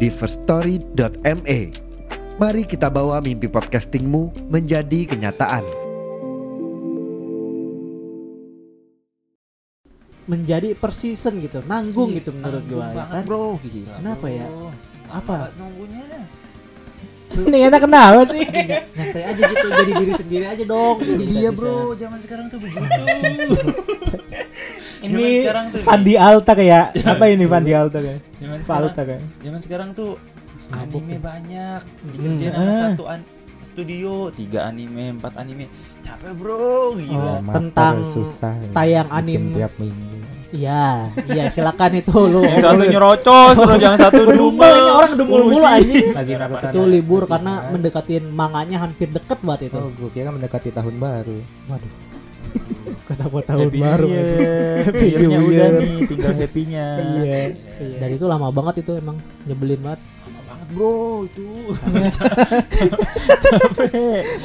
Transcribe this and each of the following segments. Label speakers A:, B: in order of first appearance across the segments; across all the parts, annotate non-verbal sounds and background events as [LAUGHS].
A: di firststory.me. Mari kita bawa mimpi podcastingmu menjadi kenyataan.
B: menjadi per season gitu nanggung gitu menurut
C: Iya, Nanggung
B: gua ya
C: banget,
B: kan
C: bro Gila,
B: Kenapa
C: bro.
B: ya?
C: Lama
B: Apa?
C: banget nunggunya
D: Nih enak kenapa sih?
B: Nggak, Iya, nyantai aja gitu jadi diri sendiri aja dong Jadi
C: iya
B: nggak bisa.
C: bro zaman sekarang tuh
B: [LAUGHS]
C: begitu zaman
D: Ini
C: sekarang Iya. tuh
D: Fandi Alta kayak apa ini Fandi Alta kayak?
C: zaman sekarang
D: Alta kayak.
C: zaman sekarang tuh
B: mabuk
C: anime banyak
B: Hmm.
C: dikerjain sama
B: Eh.
D: ah.
C: satu an- studio tiga anime empat anime capek bro
B: Oh.
C: gila
B: tentang
E: ya,
B: tayang
E: bikin
B: anime.
E: tiap minggu
B: iya iya silakan itu
C: [LAUGHS]
B: lu
C: satu nyerocos terus yang Oh, satu
B: Dumel ini orang dumel mulu anjing
E: lagi nakutan
B: itu libur karena mendekatin manganya hampir deket banget
E: oh
B: itu
E: gue kira mendekati tahun baru
B: waduh kenapa tahun
C: happy
B: baru
C: baru
B: [LAUGHS]
C: happy
E: New
C: year-nya
E: Year.
C: udah nih tinggal happy-nya
E: Iya.
B: dan itu lama banget itu emang nyebelin banget
C: lama banget bro itu [LAUGHS] capek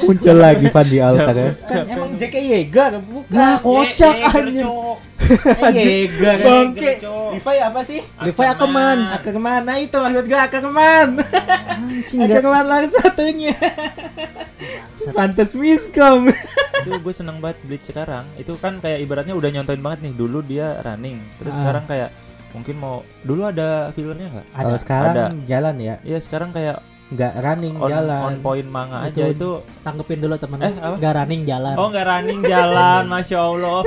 E: muncul lagi Fandi Alta guys
B: kan emang Nah, JK Yega bukan
D: Lah, kocak, anjing.
C: cok
B: Yega
C: bangke
B: Levi apa sih
D: Levi Akeman, Akeman, nah itu maksud gua Akeman. Akeman langsung satunya. Pantes miskom.
C: itu gue seneng banget Bleach sekarang itu kan kayak ibaratnya udah nyontoin banget nih dulu dia running terus
B: Ah.
C: sekarang kayak mungkin mau dulu ada fillernya nggak
E: kalau
C: Ada.
E: sekarang jalan ya
C: Iya sekarang kayak
E: nggak running
C: on,
E: jalan
C: on point manga aja
B: Betul.
C: itu
B: tanggepin dulu temen
C: Eh, apa?
B: gak running
D: Ah.
B: jalan
C: Oh nggak running jalan,
D: [LAUGHS]
C: masya Allah.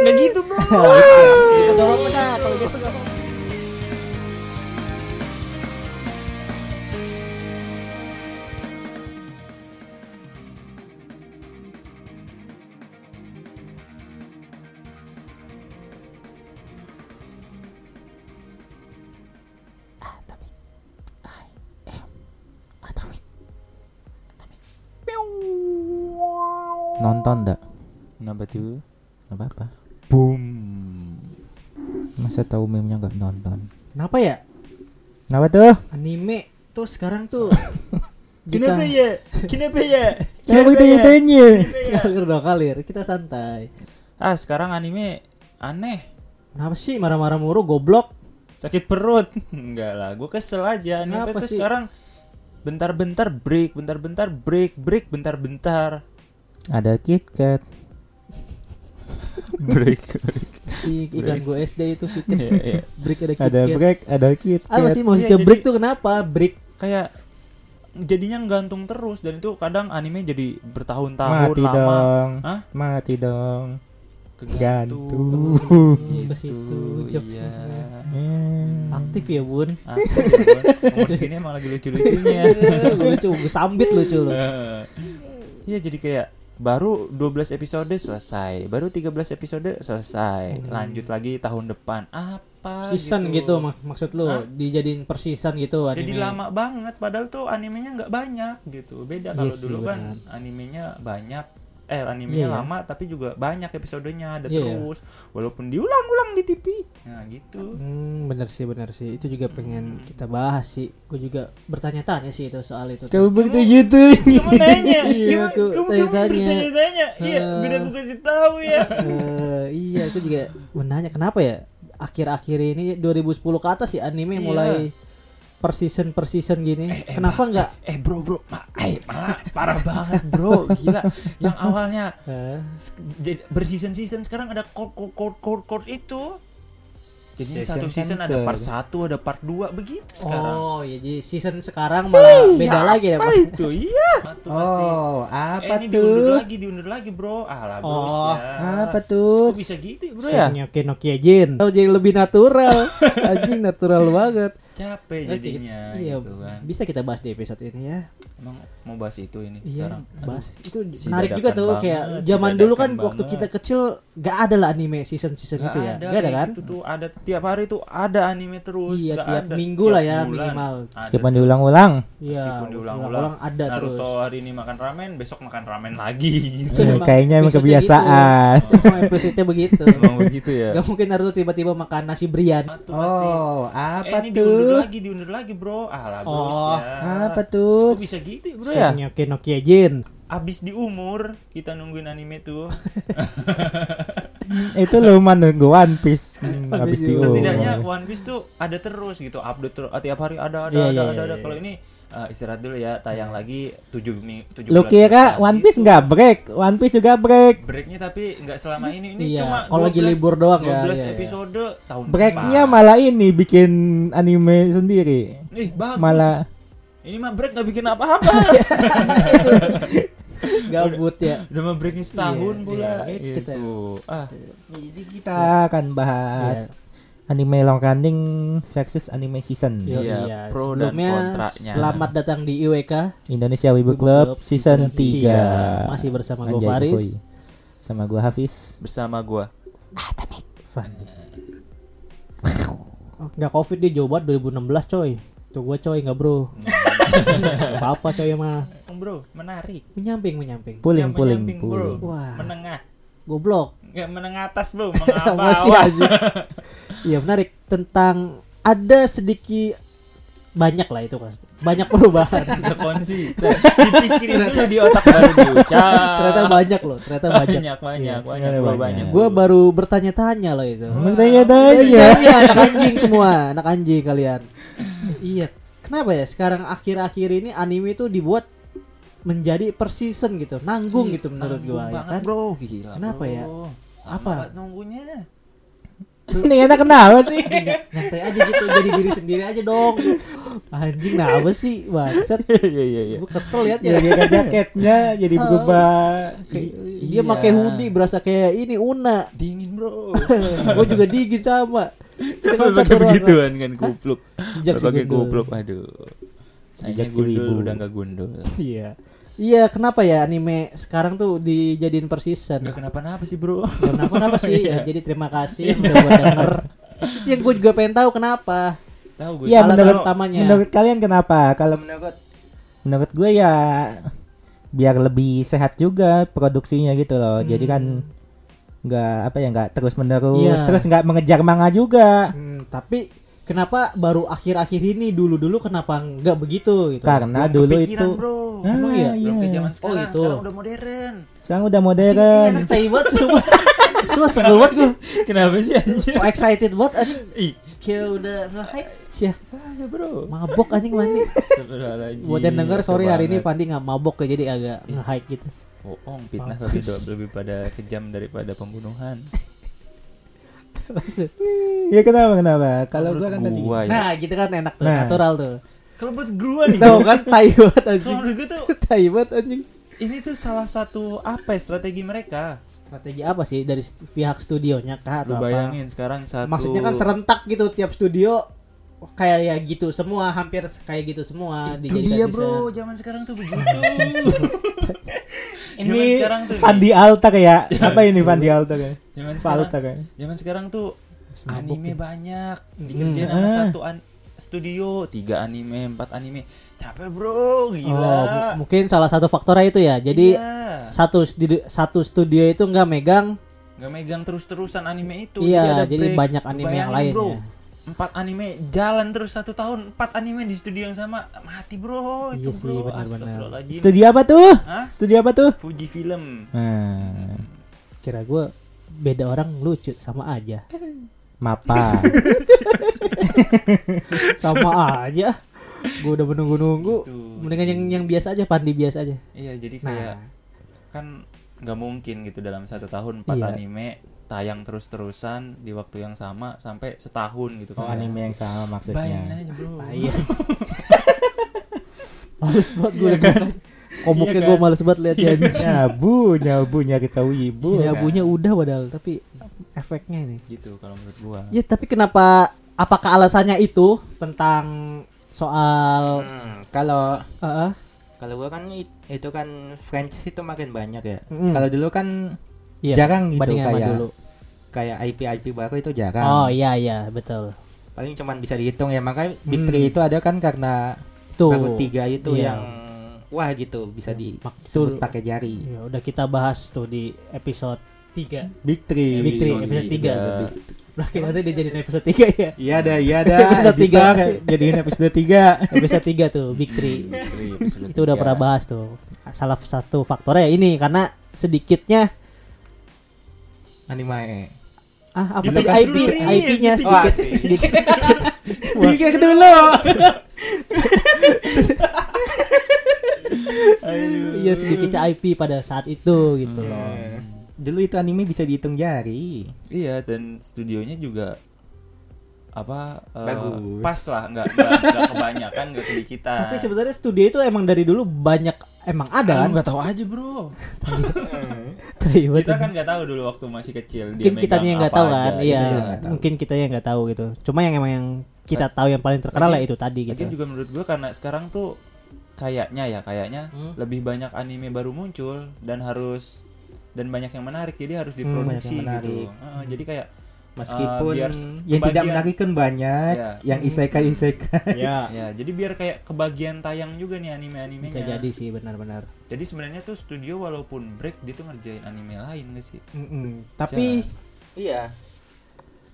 D: Enggak gitu,
C: [LAUGHS]
D: Bro.
B: itu gak apa-apa dah, kalau gitu gak apa-apa.
E: nonton enggak
C: Kenapa tuh?
E: apa apa boom masa tahu meme nya nggak nonton
B: Kenapa ya?
E: kenapa tuh
B: Anime tuh sekarang tuh
D: Kenapa
B: kita-
D: ya? Kenapa ya?
E: kenapa kita nyetenye
B: Kalir dong kalir, kita santai.
C: Ah sekarang anime aneh,
B: Kenapa sih marah-marah muru goblok?
C: sakit perut. [LAUGHS] Enggak lah, gue kesel aja. Anime
B: Kenapa
C: tuh
B: sih?
C: sekarang bentar-bentar break, bentar-bentar break, break bentar-bentar.
E: ada KitKat
C: Break.
B: Si iklan gue SD itu kita
C: Iya iya.
B: break ada
E: ada
B: KitKat.
E: break ada
B: Apa sih
E: KitKat
B: maksudnya
C: Iya,
B: break
C: jadi-
B: tuh kenapa? Break
C: Kayak jadinya gantung terus dan itu kadang anime jadi bertahun-tahun
E: mati
C: lama.
E: dong
C: Hah?
E: mati dong
C: Kegantung.
E: gantung
B: ke situ
C: Gitu,
B: jokes
C: iya.
E: Hmm.
B: aktif ya bun.
C: Ah, iya, Bun. Umur segini emang lagi
B: [LAUGHS]
C: lucu-lucunya.
B: Eh, lucu, gue sambit lucu lu.
C: Heeh. Iya jadi kayak baru 12 episode selesai, baru 13 episode selesai, lanjut lagi tahun depan. Apa
B: Hmm. Season gitu, mak- maksud lu
C: Hah?
B: dijadiin per season gitu anime.
C: Jadi lama banget padahal tuh animenya nggak banyak gitu. Beda kalau
B: Yes,
C: dulu
B: iya
C: kan animenya banyak eh
B: Iya.
C: animenya lama tapi juga banyak episodenya ada
B: Iya.
C: terus walaupun diulang-ulang di TV. Nah, gitu.
B: Hmm, bener sih bener sih itu juga
C: Hmm.
B: pengen kita bahas sih. Gue juga bertanya-tanya sih itu soal itu.
E: Kamu begitu gitu. YouTube.
C: Kamu nanya,
B: [LAUGHS] Iya,
C: gimana-
B: aku
C: kamu, kamu
B: tanya-tanya.
C: bertanya-tanya. Iya,
B: Eh.
C: biar aku kasih tahu
B: [LAUGHS]
C: ya.
B: Eh, iya, aku juga menanya kenapa ya akhir-akhir ini 2010 ke atas ya anime
C: Iya.
B: mulai per season per season gini. kenapa nggak?
C: eh bro bro ma eh malah parah banget bro gila yang awalnya
B: Eh,
C: s- jadi berseason season sekarang ada chord chord chord chord chord itu jadi
E: Season
C: satu season
E: kan
C: ada
E: ke-
C: part 1 ada part 2 begitu sekarang
B: oh, ya jadi season sekarang malah beda lagi ya, Pak.
C: itu iya Itu pasti
E: Oh,
C: eh,
E: apa
C: ini diundur
E: tuh?
C: lagi diundur lagi bro alah bro
B: Oh,
E: Apa
C: kok
E: tuh?
C: bisa gitu ya bro ya
B: Iya. Season Nokia Jin. Oh, jadi lebih natural. Anjing natural banget.
C: capek
B: Oke,
C: jadinya
B: iya,
C: gitu kan.
B: Bisa kita bahas di episode ini ya.
C: Emang mau bahas itu ini
B: Iya,
C: sekarang.
B: bahas itu
C: si
B: menarik
C: dadakan
B: juga tuh
C: banget,
B: kayak
C: si
B: zaman dulu
C: dadakan
B: kan waktu
C: banget.
B: kita kecil gak ada lah anime season-season itu ya. Gak ada
C: kayak
B: kan?
C: gitu tuh ada tiap hari tuh ada anime terus.
B: Iya,
C: nggak
B: tiap
C: ada.
B: minggu lah ya, minimal.
C: ada
E: Meskipun
C: terus.
E: diulang-ulang.
B: Iya.
C: Meskipun diulang-ulang.
B: ulang ada
C: Naruto
B: terus.
C: hari ini makan ramen, besok makan ramen lagi [LAUGHS]
B: Iya,
C: gitu.
E: Ya, kayaknya emang
B: episode-nya
E: kebiasaan.
B: [LAUGHS] gitu. Emang episode-nya begitu.
C: Emang begitu
B: Iya.
C: ya.
B: Gak mungkin Naruto tiba-tiba makan nasi brian.
C: Ah, tuh pasti.
E: Oh,
C: eh,
E: apa
C: ini diundur
E: tuh?
C: lagi, diundur lagi, Bro. Alah, bro,
B: Oh,
C: ya.
E: Apa tuh?
C: Kok bisa gitu, ya, Bro ya?
B: Senyoke no Kyojin.
C: Abis di umur kita nungguin anime
B: [LAUGHS]
C: tuh.
E: Itu lu mah nunggu One
C: [LAUGHS]
E: Piece Hmm,
B: Habis
E: habis di
C: Iya, Setidaknya One Piece tuh ada terus gitu, update terus tiap hari ada ada
B: Iya,
C: ada
B: iya,
C: ada.
B: iya,
C: ada.
B: iya.
C: Kalau ini eh, istirahat dulu ya, tayang lagi 7 minggu 7
E: Lu kira
C: Gitu.
E: One Piece nggak break? One Piece juga break.
C: Breaknya tapi nggak selama ini. Ini
B: Iya,
C: cuma
B: kalau lagi
C: 12
B: libur doang ya, iya,
C: 12
B: iya.
C: episode tahun
E: Breaknya
C: depan.
E: malah ini bikin anime sendiri.
C: Ih, bagus.
E: Malah
C: ini mah break nggak bikin
B: [LAUGHS]
C: apa-apa.
B: Iya. Gabut ya.
C: Udah mah breaknya setahun
B: Iya,
C: pula
B: iya,
C: gitu.
B: kita-
C: Ah,
E: Jadi kita akan
C: Iya.
E: bahas anime long running versus anime season.
C: Iya, pro
B: ya.
C: dan
B: Sebelumnya,
C: kontranya.
B: Selamat datang di IWK
E: Indonesia Wibu
B: Wibu
E: Club season 3.
B: Masih bersama gue
E: Anjay,
B: Faris.
E: Boy. Sama gua Hafiz.
C: bersama gua.
B: Fandi. Nggak covid dia Jawa Barat 2016 coy. Tuh gue coy nggak bro. Nggak apa-apa coy mah.
C: Bro, menarik.
B: Menyamping menyamping.
E: Puling
C: Yang
E: puling
C: menyamping, bro.
E: puling.
B: Wah.
C: Menengah.
B: Goblok.
C: Nggak menengah atas,
B: [LAUGHS]
C: Bro. Mengapa?
B: Masih aja. Iya menarik tentang ada sedikit banyak lah itu kan. Banyak
C: [LAUGHS]
B: perubahan.
C: Nggak konsisten. Dipikirin dulu di otak baru diucap.
B: ternyata banyak loh, ternyata banyak.
C: banyak banyak banyak
E: Iya,
C: gua
E: banyak.
C: banyak.
B: Gue baru bertanya-tanya loh
E: Hmm.
B: itu.
E: Makanya
C: Oh,
E: tanya.
B: Iya, anak anjing semua, anak anjing kalian. iya. Kenapa ya sekarang akhir-akhir ini anime itu dibuat menjadi per season gitu, nanggung gitu menurut
C: Iya, Nanggung
B: gua ya
C: banget,
B: kan.
C: Bro, gila.
B: Kenapa
C: bro.
B: ya?
C: Lama
B: Apa?
C: banget nunggunya?
E: Nih enak kenapa
B: [LAUGHS]
E: sih?
B: Nyantai iya. aja gitu jadi diri sendiri aja dong. Anjing nah apa sih bangsat.
C: Iya iya iya.
B: Gue kesel liatnya.
E: Ya dia jaketnya jadi
B: Oh.
E: berubah.
B: Kayak-
C: I-
B: Dia
C: iya.
B: pakai hoodie berasa kayak ini Una.
C: Dingin, Bro.
B: gue juga digigit sama. [LAUGHS] Kita kan
C: Berbagai
B: satu ruangan.
C: begituan kan
B: [LAUGHS]
C: goblok.
B: Jejak si
C: Berbagai
B: gundul.
C: goblok, aduh. Sayangnya
E: Jejak si
C: gundul
E: wibu.
C: udah nggak gundul.
B: Iya. Iya, kenapa ya anime sekarang tuh dijadiin per season?
C: Nggak kenapa-napa sih, Bro.
B: Kenapa kenapa
C: [LAUGHS]
B: sih? Ya,
C: Iya.
B: jadi terima kasih yang udah buat denger. Itu yang gue juga pengen tahu kenapa.
C: Tahu gue.
E: Iya
B: Alasan
E: menurut
B: utamanya.
E: menurut kalian kenapa? Kalau menurut menurut gue ya biar lebih sehat juga produksinya gitu loh. Jadi kan nggak apa ya nggak terus menerus
B: Hmm. Iya.
E: terus nggak mengejar manga juga
B: Hmm, tapi kenapa baru akhir-akhir ini dulu-dulu kenapa nggak begitu gitu?
E: karena
C: Belum
E: dulu
C: kepikiran,
E: itu
C: Bro.
E: Ah,
B: Emang iya?
E: iya.
C: Belum ke zaman sekarang,
B: itu.
C: sekarang udah modern. [LAUGHS]
E: sekarang udah
B: Anjing,
E: modern
B: ini anak tai banget semua. Semua sebel banget gue.
C: Kenapa sih anjir?
B: So excited banget anjing.
C: Ih,
B: Kayak udah nge-hype sih.
C: bahaya, Bro.
B: Mabok anjing mandi.
C: Astagfirullahaladzim.
B: Buat yang denger sorry hari ini
C: Banget.
B: Fandi nggak mabok ya jadi agak nge-hype gitu.
C: bohong, fitnah tapi doa lebih pada kejam daripada pembunuhan.
E: ya kenapa kenapa kalau gua kan tadi
C: gua ya.
B: Nah, gitu kan enak tuh,
E: Nah.
B: natural tuh.
C: [LAUGHS] Kalau buat gua nih,
B: Tahu kan tai banget
C: kalau [LAUGHS]
B: anjing.
C: menurut gua tuh
B: [LAUGHS] Tai banget anjing.
C: ini tuh salah satu apa ya, strategi mereka.
B: strategi apa sih dari st- pihak studionya kah atau
C: Lu
B: apa?
C: bayangin sekarang satu
B: Maksudnya kan serentak gitu tiap studio kayak ya gitu semua hampir kayak gitu semua
C: Itu
B: dijadikan Oh,
C: dia
B: season.
C: bro, zaman sekarang
B: [LAUGHS]
C: tuh begitu.
E: ini
C: zaman sekarang tuh,
E: Fandi Alta
B: [LAUGHS]
E: kayak ya, apa ini Fandi Alta kayak
C: zaman sekarang,
E: Falta kayak
C: zaman sekarang tuh
B: mabuk Hmm, eh.
C: anime banyak dikerjain sama
E: Ah.
C: satu an- studio tiga anime empat anime capek bro
B: Oh,
C: gila
B: mu- mungkin salah satu faktornya itu ya. Jadi
C: Iya.
B: satu studi- satu studio itu nggak megang
C: nggak megang terus-terusan anime itu
B: Iya,
C: jadi, ada
B: jadi
C: break.
B: banyak anime
C: Bayangin,
B: yang lain
C: bro,
B: ya.
C: empat anime jalan terus satu tahun empat anime di studio yang sama mati bro
B: Iya
C: itu
B: sih,
C: bro
B: benar-benar.
C: astagfirullahaladzim
E: studio apa tuh
C: Hah?
E: studio apa tuh
C: Fuji film
E: nah,
B: kira gue beda orang lucu sama
C: [LAUGHS]
B: aja.
E: mapa
B: Sama aja. Gue udah menunggu-nunggu.
C: Gitu,
B: Mendingan yang yang biasa aja, Pandi biasa aja.
C: iya jadi
B: Nah.
C: kayak kan nggak mungkin gitu dalam satu tahun empat
B: Iya.
C: anime tayang terus-terusan di waktu yang sama sampai setahun gitu
E: oh
C: kan
E: anime yang sama
C: bayangin
E: maksudnya
C: aja bro
B: Iya. males banget gue liat mukanya. Komuknya
C: kan? Iya
B: gue
C: kan?
B: males banget liat ya.
E: nyabu nyabu nyari tahu ibu
B: Ya abunya udah padahal tapi efeknya ini. Iya.
C: gitu kalau menurut gua
B: Ya tapi kenapa apakah alasannya itu tentang soal eh,
E: Hmm, kalau
B: Heeh.
E: kalau gua kan it- itu kan franchise itu makin banyak ya.
B: Mm.
E: Kalau dulu kan
B: Iya,
E: jarang gitu
B: bandingin sama
E: kayak
B: dulu.
E: kayak IP IP baru itu jarang.
B: Oh iya iya betul.
E: Paling cuman bisa dihitung ya. Makanya Big
B: Hmm.
E: Three itu ada kan karena
B: Tuh.
E: baru tiga itu
B: Iya.
E: yang wah gitu bisa di
B: Maksud-
E: pakai jari.
B: Ya udah kita bahas tuh di episode 3.
E: Iya, Big Three.
B: Big Three,
C: Episode
B: episode
C: tiga.
B: 3. Lah kita tadi dijadiin episode 3 ya.
E: Iya ada, iya ada.
B: Episode tiga.
E: Editor, Jadiin episode [LAUGHS] 3.
B: Episode 3 tuh Big Three.
C: Gitu,
B: itu udah pernah bahas tuh. Salah satu faktornya ya ini karena sedikitnya
E: Anime.
B: ah apa
E: Dilepas
B: tadi IP
C: dulu, Riz,
B: IP-nya
C: dipijit.
B: sedikit.
C: [LAUGHS]
B: sedikit. Wah.
E: Pikir dulu.
B: Iya sedikitnya IP pada saat itu gitu loh.
C: Hmm.
E: Dulu itu anime bisa dihitung jari.
C: Iya dan studionya juga apa eh,
E: Bagus.
C: pas lah nggak nggak nggak kebanyakan nggak kedikitan
B: Tapi sebenarnya studio itu emang dari dulu banyak emang ada
C: Lu
B: kan? [LAUGHS]
C: nggak tahu aja bro
B: Tai, betul.
C: kita kan nggak tahu dulu waktu masih kecil dia
B: mungkin kitanya yang
C: megang
B: nggak
C: apa
B: tahu kan
C: aja.
B: iya
C: gitu.
E: Iya, nggak tahu.
B: mungkin kitanya yang nggak tahu gitu cuma yang emang yang kita tahu yang paling terkenal lah
C: Lagian-
B: itu tadi gitu
C: Lagian juga menurut gue karena sekarang tuh kayaknya ya kayaknya
B: Hmm.
C: lebih banyak anime baru muncul dan harus dan banyak yang menarik jadi harus
B: Hmm,
C: diproduksi
E: banyak yang
C: gitu.
E: menarik.
C: Heeh, jadi kayak
E: Meskipun
C: eh, biar
E: yang tidak
C: kebagian-
E: menarik kan banyak,
C: Iya.
E: yang isekai isekai. [LAUGHS]
B: ya
C: ya jadi biar kayak kebagian tayang juga nih anime-animenya.
B: bisa jadi sih benar-benar
C: Jadi sebenarnya tuh studio walaupun break dia tuh ngerjain anime lain gak sih?
B: tapi
E: Iya.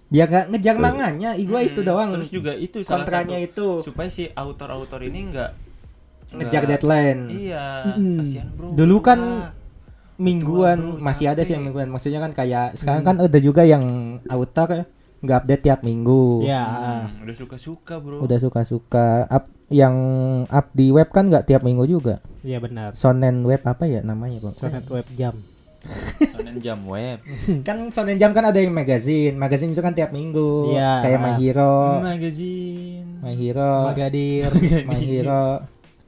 E: Biar nggak ngejar manganya, ih, gua itu
C: Mm,
E: doang.
C: Terus juga itu salah
E: kontranya
C: satu
E: itu
C: supaya si autor-autor ini nggak
E: ngejar
C: nggak-
E: deadline.
C: Nah, Iya,
B: Mm.
C: kasihan bro.
E: Dulu
C: gitu
E: kan
C: lah.
E: Mingguan
C: Betul, bro,
E: masih ada sih
C: capek. Hmm.
E: yang mingguan. Maksudnya kan kayak sekarang kan ada juga yang author nggak update tiap minggu.
B: ya
C: Hmm, udah suka-suka bro.
E: Ah. Udah suka-suka up yang up di web kan nggak tiap minggu juga.
B: ya benar
E: Sonen web apa ya namanya, Bang?
B: Sonet web jam
C: Sonen jam
E: [LAUGHS]
C: web.
E: kan Sonen Jam kan ada yang magazine. Magazine itu kan tiap minggu.
B: Iya.
E: Kayak My Hero,
C: Magazine.
E: My
C: Eh.
E: Hero,
B: Magadir
E: My Hero,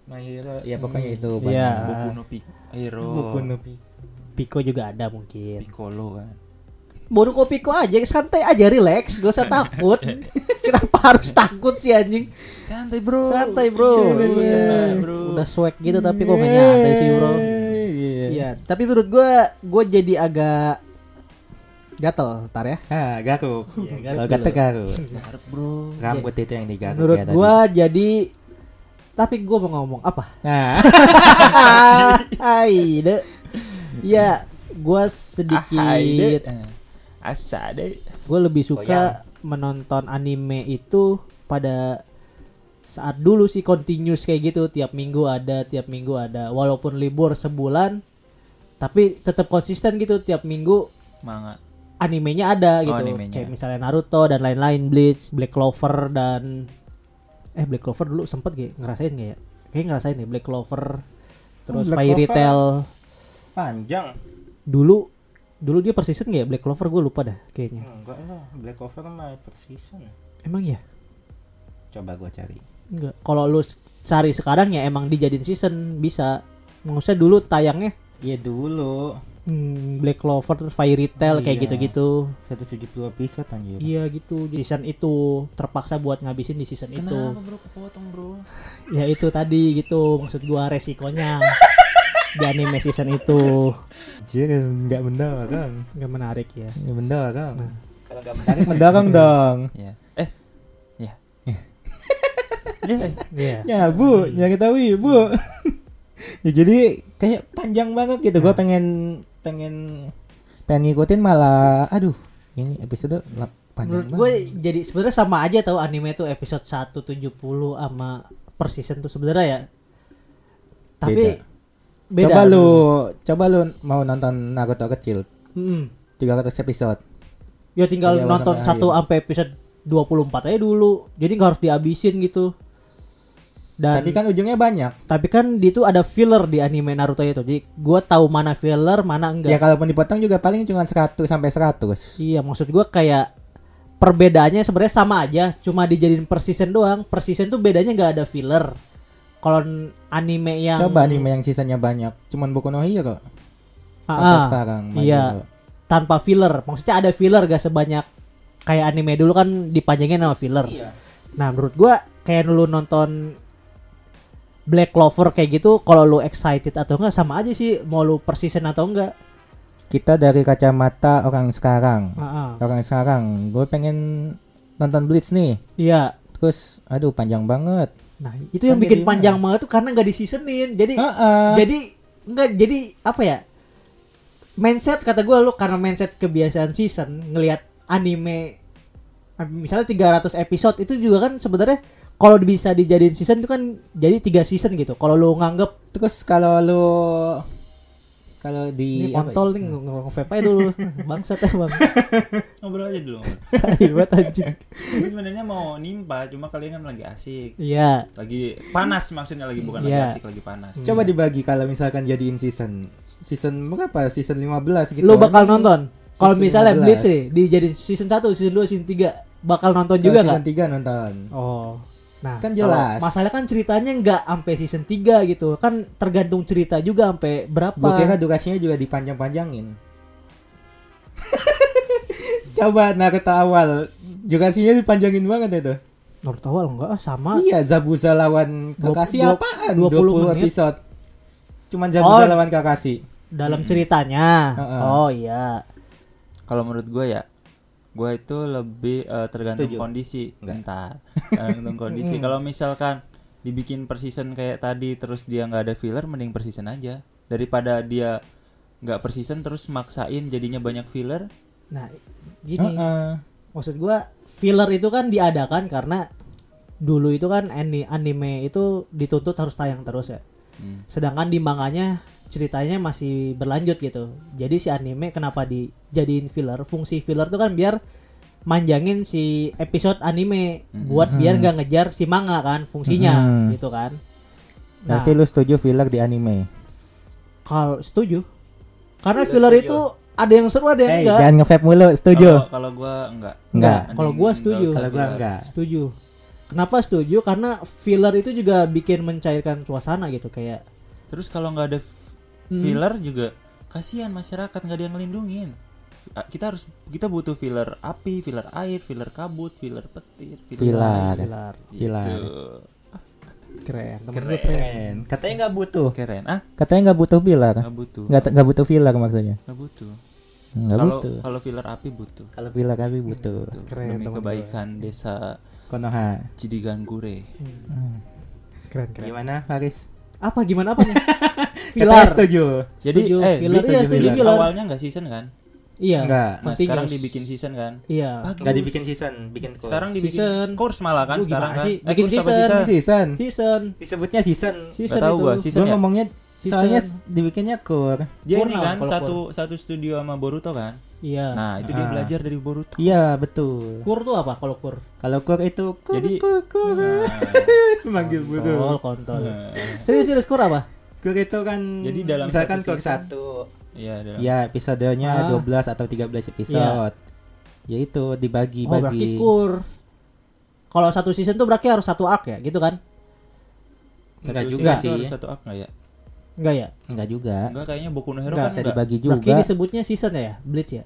E: My Hero. Ya pokoknya itu banyak.
B: Iya.
C: Boku no Pic- Hero.
E: Buku no Pi-
B: Piko juga ada mungkin
C: Piccolo kan.
B: baru kopi Piko aja santai aja relax gak usah
E: [LAUGHS]
B: takut kenapa harus takut sih anjing
C: Santai bro.
B: santai bro
E: Iya, iya.
B: Tenang,
C: bro.
B: udah swag gitu tapi kok gak nyantai sih bro
E: Iya.
B: Iya, tapi menurut gue, gue jadi agak gatel, ntar ya.
E: Ah, garuk.
B: garuk
E: Kalau kata
B: dulu.
E: garuk.
C: Garuk, bro.
E: Rambut itu yang digaruk
B: menurut
E: ya tadi.
B: gue jadi, tapi gue mau ngomong apa? [LAUGHS]
E: Nah, [LAUGHS]
B: Aide, ya gue
E: Ah,
B: sedikit,
C: Eh, Asa deh.
B: gue lebih suka menonton anime itu pada saat dulu sih continuous kayak gitu, tiap minggu ada, tiap minggu ada, walaupun libur sebulan, tapi tetap konsisten gitu tiap minggu
C: Manga.
B: animenya ada
C: Oh,
B: gitu
C: animenya.
B: kayak misalnya Naruto dan lain-lain Bleach Black Clover dan eh Black Clover dulu sempet gak ya? ngerasain gak ya kayak ngerasain ya Black Clover terus
E: Black
B: Fairy
E: Clover.
B: Tail
E: panjang.
B: dulu dulu dia persisten gak ya Black Clover gue lupa dah kayaknya
E: Enggak lah, Black Cover mah per season.
B: emang ya
E: Coba gua cari.
B: enggak kalau lu cari sekarang ya emang dijadiin season bisa maksudnya dulu tayangnya
E: Iya dulu.
B: hmm, Black Clover terus Fairy Tail kayak
E: Iya.
B: gitu-gitu
E: 170 episode anjir.
B: iya gitu Di season itu terpaksa buat ngabisin di season itu
C: Kenapa bro kepotong bro?
B: ya itu tadi gitu maksud gua resikonya di anime season itu
E: Anjir, enggak mendorong.
B: nggak menarik ya
E: Enggak mendorong.
B: Nah.
E: Kalau enggak menarik [LAUGHS] Gitu. mendorong dong.
C: Ya. Eh. Ya.
B: iya
E: Ya, Bu, [LAUGHS] nyari tahu Ibu. ya jadi kayak panjang banget gitu.
B: Ya.
E: Gua pengen pengen pengen ngikutin malah aduh, ini episode lap- panjang
B: menurut gue
E: banget.
B: jadi sebenarnya sama aja tahu anime itu episode 170 sama per season tuh sebenarnya ya tapi beda,
E: Coba lu, coba lu mau nonton Naruto kecil
B: Mm-mm.
E: 300 episode.
B: ya tinggal
E: Dari awal
B: nonton
E: Iya, sampai
B: satu
E: akhir.
B: sampai episode 24 aja dulu jadi nggak harus dihabisin gitu dan
E: Tapi kan ujungnya banyak.
B: tapi kan di itu ada filler di anime Naruto itu jadi gua tahu mana filler mana enggak
E: Ya kalaupun dipotong juga paling cuma 100 sampai 100.
B: Iya, maksud gua kayak perbedaannya sebenarnya sama aja, cuma dijadiin per season doang. Per season tuh bedanya nggak ada filler. Kalau n- anime yang
E: Coba anime yang sisanya banyak, cuman Boku no Hero
B: Ah,
E: sampai
B: ah,
E: sekarang. My
B: iya.
E: Hero.
B: tanpa filler, maksudnya ada filler gak sebanyak kayak anime dulu kan dipanjangin sama filler.
E: Iya.
B: Nah, menurut gua kayak lu nonton Black Clover kayak gitu kalau lu excited atau enggak sama aja sih mau lu per season atau enggak.
E: Kita dari kacamata orang sekarang.
B: Heeh.
E: Orang sekarang, gue pengen nonton Blitz nih.
B: Iya.
E: Terus, aduh panjang banget.
B: Nah, itu yang
E: Kan
B: bikin
E: jadi
B: panjang banget tuh karena nggak diseasonin. Jadi
E: Heeh.
B: jadi enggak jadi apa ya? Mindset kata gua lu karena mindset kebiasaan season ngelihat anime misalnya 300 episode itu juga kan sebenarnya kalau bisa dijadiin season itu kan jadi tiga season gitu. Kalau lu nganggep
E: Terus kalau lu kalau
B: Ini
E: di Iya, apa ya?
B: kontol nih nge-vape aja
E: [LAUGHS]
B: dulu Bangsat ya bang
C: Ngobrol aja dulu. Ngobrol.
B: Tai banget anjing
C: Gue sebenarnya mau nimpa, cuma kalian kan lagi asik.
B: Iya
C: Lagi panas maksudnya lagi bukan
B: Iya.
C: lagi asik, lagi panas.
E: Coba dibagi kalau misalkan jadiin season. Season berapa? Season 15 gitu.
B: Lu bakal nonton Kalau
E: Season
B: misalnya
E: 15.
B: Blitz nih Dijadiin season 1, season 2, season 3 Bakal nonton juga
E: juga
B: nggak?
E: Season 3 nonton.
B: Oh Nah
E: Kan jelas.
B: Masalah kan ceritanya nggak sampai season 3 gitu Kan tergantung cerita juga sampai berapa
E: Gue kira durasinya juga dipanjang-panjangin. [LAUGHS] Coba Naruto awal, durasinya dipanjangin banget itu.
B: Naruto awal enggak ah, sama
E: Iya, Zabuza lawan Kakashi
B: Dua- dua-
E: apaan?
B: 20 menit.
E: 20, episode. Cuman Zabuza
B: Oh.
E: lawan Kakashi.
B: Dalam ceritanya
E: Heeh.
B: Oh iya
C: Kalau menurut gue ya, gue itu lebih eh, tergantung
E: Setuju.
C: kondisi. Bentar, tergantung kondisi. Kalau misalkan dibikin per season kayak tadi, terus dia nggak ada filler, mending per season aja. Daripada dia nggak per season terus maksain jadinya banyak filler.
B: Nah gini
E: Heeh.
B: maksud gua filler itu kan diadakan karena dulu itu kan ani- anime itu dituntut harus tayang terus ya
C: Hmm.
B: sedangkan di manganya ceritanya masih berlanjut gitu jadi si anime kenapa dijadiin filler fungsi filler tuh kan biar manjangin si episode anime buat biar
E: Hmm.
B: nggak ngejar si manga kan fungsinya
E: Mhm.
B: gitu kan nah
E: Berarti lu setuju filler di anime?
B: kalau setuju karena filler itu ada yang seru ada yang Eh,
E: Hey, Oh,
B: enggak
E: jangan nge muluk, setuju.
C: Kalau- Kalau gue enggak.
E: Enggak.
B: Kalau gua setuju.
E: Kalau gua enggak.
B: Setuju. Kenapa setuju? Karena filler itu juga bikin mencairkan suasana gitu kayak
C: Terus kalau nggak ada f-
B: Hmm.
C: filler juga kasihan masyarakat nggak ada yang ngelindungin. F- a- Kita harus kita butuh filler api, filler air, filler kabut, filler petir,
E: gitu. Filler.
C: air.
B: filler.
E: Filler.
C: Gitu.
B: Keren. Temen
C: Keren.
B: gue keren.
E: Katanya nggak butuh.
C: Keren. Ah,
E: Katanya nggak butuh filler.
C: nggak butuh.
E: Nggak nggak butuh filler maksudnya.
C: Nggak butuh.
E: Nggak
C: Kalau
E: butuh.
C: kalau filler api butuh.
E: Kalau filler kami butuh.
C: Tuh,
B: Keren,
C: demi
B: teman
C: kebaikan desa
E: Konoha.
C: Cidiganggure.
E: Hmm.
B: Keren keren.
E: Gimana Faris?
B: Apa gimana apanya?
E: [LAUGHS] Katanya
B: filler.
E: setuju.
C: Jadi
B: Setuju,
C: eh
B: filler.
C: Blitz-
B: Iya, setuju,
C: Blitz
B: filler.
C: awalnya nggak season kan?
B: Iya.
E: Enggak.
C: Nah,
B: Penting,
C: sekarang
B: Gus.
C: dibikin season kan?
B: Iya.
C: Bagus.
E: Enggak dibikin season, bikin course.
C: Sekarang dibikin
B: Season.
C: course malah kan
B: Lu
C: sekarang
B: gimana
C: kan.
B: sih? Bikin
C: course apa
B: season.
E: Ini season.
B: Season.
E: Disebutnya season.
B: Season
C: Nggak tahu
B: itu.
C: gua, season
E: Gua
C: ya?
E: ngomongnya
B: Season.
E: soalnya s- dibikinnya core.
C: Dia
B: Kurang
C: ini kan
B: kalau
C: satu satu studio sama Boruto kan.
B: Iya. Nah.
C: Nah, itu dia
E: Ah.
C: belajar dari Boruto.
E: Iya, betul.
B: Kur tuh apa kalau kur?
E: Kalau core itu kur,
C: Jadi-
E: kur, kur.
C: Nah,
E: manggil burung.
B: Kontol, kontol. Serius serius kur apa? Oh,
E: Core itu kan
C: Jadi dalam satu
E: misalkan core
C: season-
E: 1
C: Iya, dalam-
E: Ya, episodenya
B: Ah. Iya.
E: 12 atau 13 episode. Ya itu dibagi-bagi.
B: Oh, berarti kur. Kalau satu season tuh berarti harus satu arc ya, gitu kan?
C: satu
E: Enggak juga
C: season
E: sih.
C: Harus satu arc nggak ya?
B: Enggak ya?
E: Enggak juga.
C: Enggak kayaknya Boku no Hero
B: Nggak,
C: kan
E: Bisa
C: enggak.
E: dibagi
B: Berarti
E: juga.
B: disebutnya season ya, ya? Blitz ya?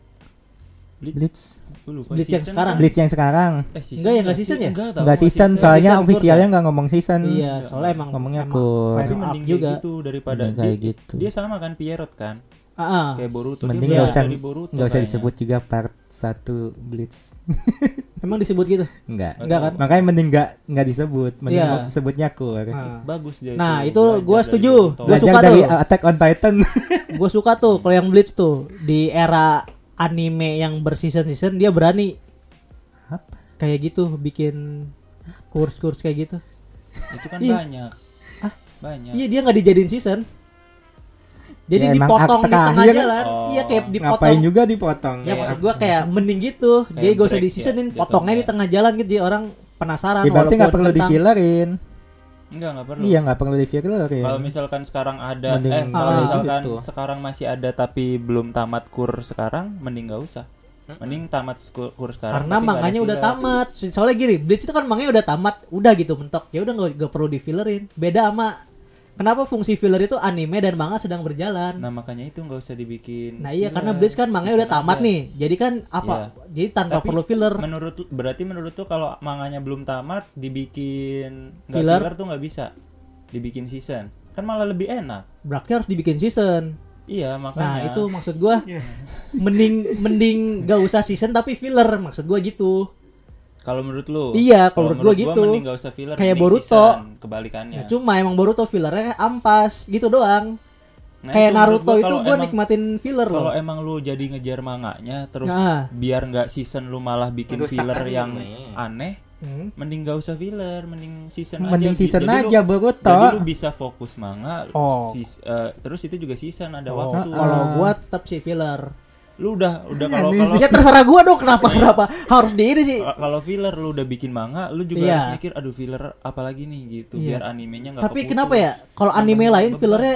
E: Blitz.
C: Gua lupa
B: Blitz yang
C: season
B: sekarang.
C: kan.
E: Blitz yang sekarang.
C: Eh, season
B: Enggak ya, enggak
C: sih?
B: season ya?
C: Enggak, tahu
E: Enggak
C: gua
E: season,
B: season.
E: soalnya
B: Season kur,
E: officialnya enggak ngomong season.
B: Iya, soalnya emang
E: Ngomongnya
B: emang final
E: kur.
C: Tapi
B: up
C: mending
B: juga.
C: kayak gitu daripada
E: Mending kayak
C: dia,
E: gitu.
C: dia sama kan Pierrot kan
B: Ah, ah.
C: kayak Boruto dia
E: Mending
B: nggak
E: enggak
C: belajar
E: usah
C: dari Boruto
E: enggak usah
C: kayaknya.
E: disebut juga part 1 Blitz. [LAUGHS]
B: Emang disebut gitu.
E: Enggak.
B: Enggak kan?
E: Makanya mending enggak enggak disebut, mending
B: Iya.
E: sebutnya kur.
B: Ah.
C: bagus dia
B: Nah, itu
C: belajar
B: gua
C: dari
B: setuju.
C: Boruto.
B: Gua
E: Belajar
B: suka
E: dari
B: tuh.
E: Attack on Titan. [LAUGHS]
B: Gue suka tuh kalau yang Blitz tuh di era anime yang berseason-season dia berani
E: Apa?
B: kayak gitu bikin kurs-kurs kayak gitu.
C: itu kan
B: Iya.
C: banyak
B: Ah.
C: banyak
B: Iya, dia nggak dijadiin season. Jadi
E: Ya, emang
B: dipotong
E: arc
B: di tengah
E: terakhir.
B: jalan.
C: Oh.
B: Iya, kayak
E: Ngapain
B: dipotong.
E: juga dipotong.
B: Ya maksud gua kayak mending gitu.
C: Kayak
B: Dia gak usah
C: break
B: di seasonin,
C: ya,
B: potongnya di
C: jatuhnya.
B: tengah jalan gitu. Jadi orang penasaran.
E: Ya, berarti nggak
B: walaupun
E: perlu
B: tentang-
E: di-fillerin.
C: enggak enggak perlu
E: Iya, nggak perlu di-fillerin.
B: Iya.
C: kalau misalkan sekarang ada
E: Mending
C: eh kalau
E: kayak
C: misalkan
E: gitu.
C: sekarang masih ada tapi belum tamat kur sekarang mending nggak usah mending tamat sku- kur sekarang
B: Karena
C: tapi nggak ada
B: manganya udah
C: filler.
B: tamat. So- Soalnya gini, Bleach itu kan manganya udah tamat, udah gitu mentok. Ya udah nggak nggak perlu di fillerin. Beda sama Kenapa fungsi filler itu anime dan manga sedang berjalan?
C: Nah makanya itu nggak usah dibikin.
B: Nah iya
C: filler.
B: karena Bleach kan manganya
C: Season
B: udah tamat
C: aja.
B: nih. Jadi kan apa? Jadi tanpa
C: Tapi
B: perlu filler.
C: Menurut berarti menurut tuh kalau manganya belum tamat dibikin nggak
B: Filler.
C: filler tuh nggak bisa. Dibikin season. Kan malah lebih enak.
B: Berarti harus dibikin season.
C: Iya
B: Nah,
C: makanya.
B: itu maksud gua. mending mending gak usah season tapi filler maksud gua gitu.
C: Kalau menurut lu?
B: Iya, kalau menurut gua gitu.
C: mending nggak usah filler.
B: Kayak
C: mending
B: Boruto.
C: season, Kebalikannya.
B: Ya, cuma emang Boruto fillernya ampas gitu doang.
C: Nah,
B: Kayak
C: itu menurut
B: Naruto
C: gua
B: itu
C: kalau
B: gua
C: emang-
B: nikmatin filler loh.
C: Kalau emang lu jadi ngejar manganya terus
B: Nah.
C: biar nggak season lu malah bikin
E: Merusak
C: filler
E: anime.
C: yang aneh,
B: Hmm.
C: mending gak usah filler, mending season aja.
E: Mending
C: gitu.
E: season
C: Jadi lu-
E: aja Boruto.
C: Jadi lu bisa fokus manga,
B: Oh.
C: sis- eh, terus itu juga season ada
B: Oh,
C: waktu.
B: Kalau gua tetap si filler.
C: Lu udah udah kalau kalau eh,
B: Ya terserah gua dong kenapa
C: Iya.
B: kenapa harus di ini sih.
C: kalau filler lu udah bikin manga, lu juga
B: Iya.
C: harus mikir aduh filler apalagi nih gitu
B: Iya.
C: biar animenya nggak
B: Tapi
C: keputus.
B: kenapa ya kalau
C: Tambah
B: anime lain
C: beban.
B: fillernya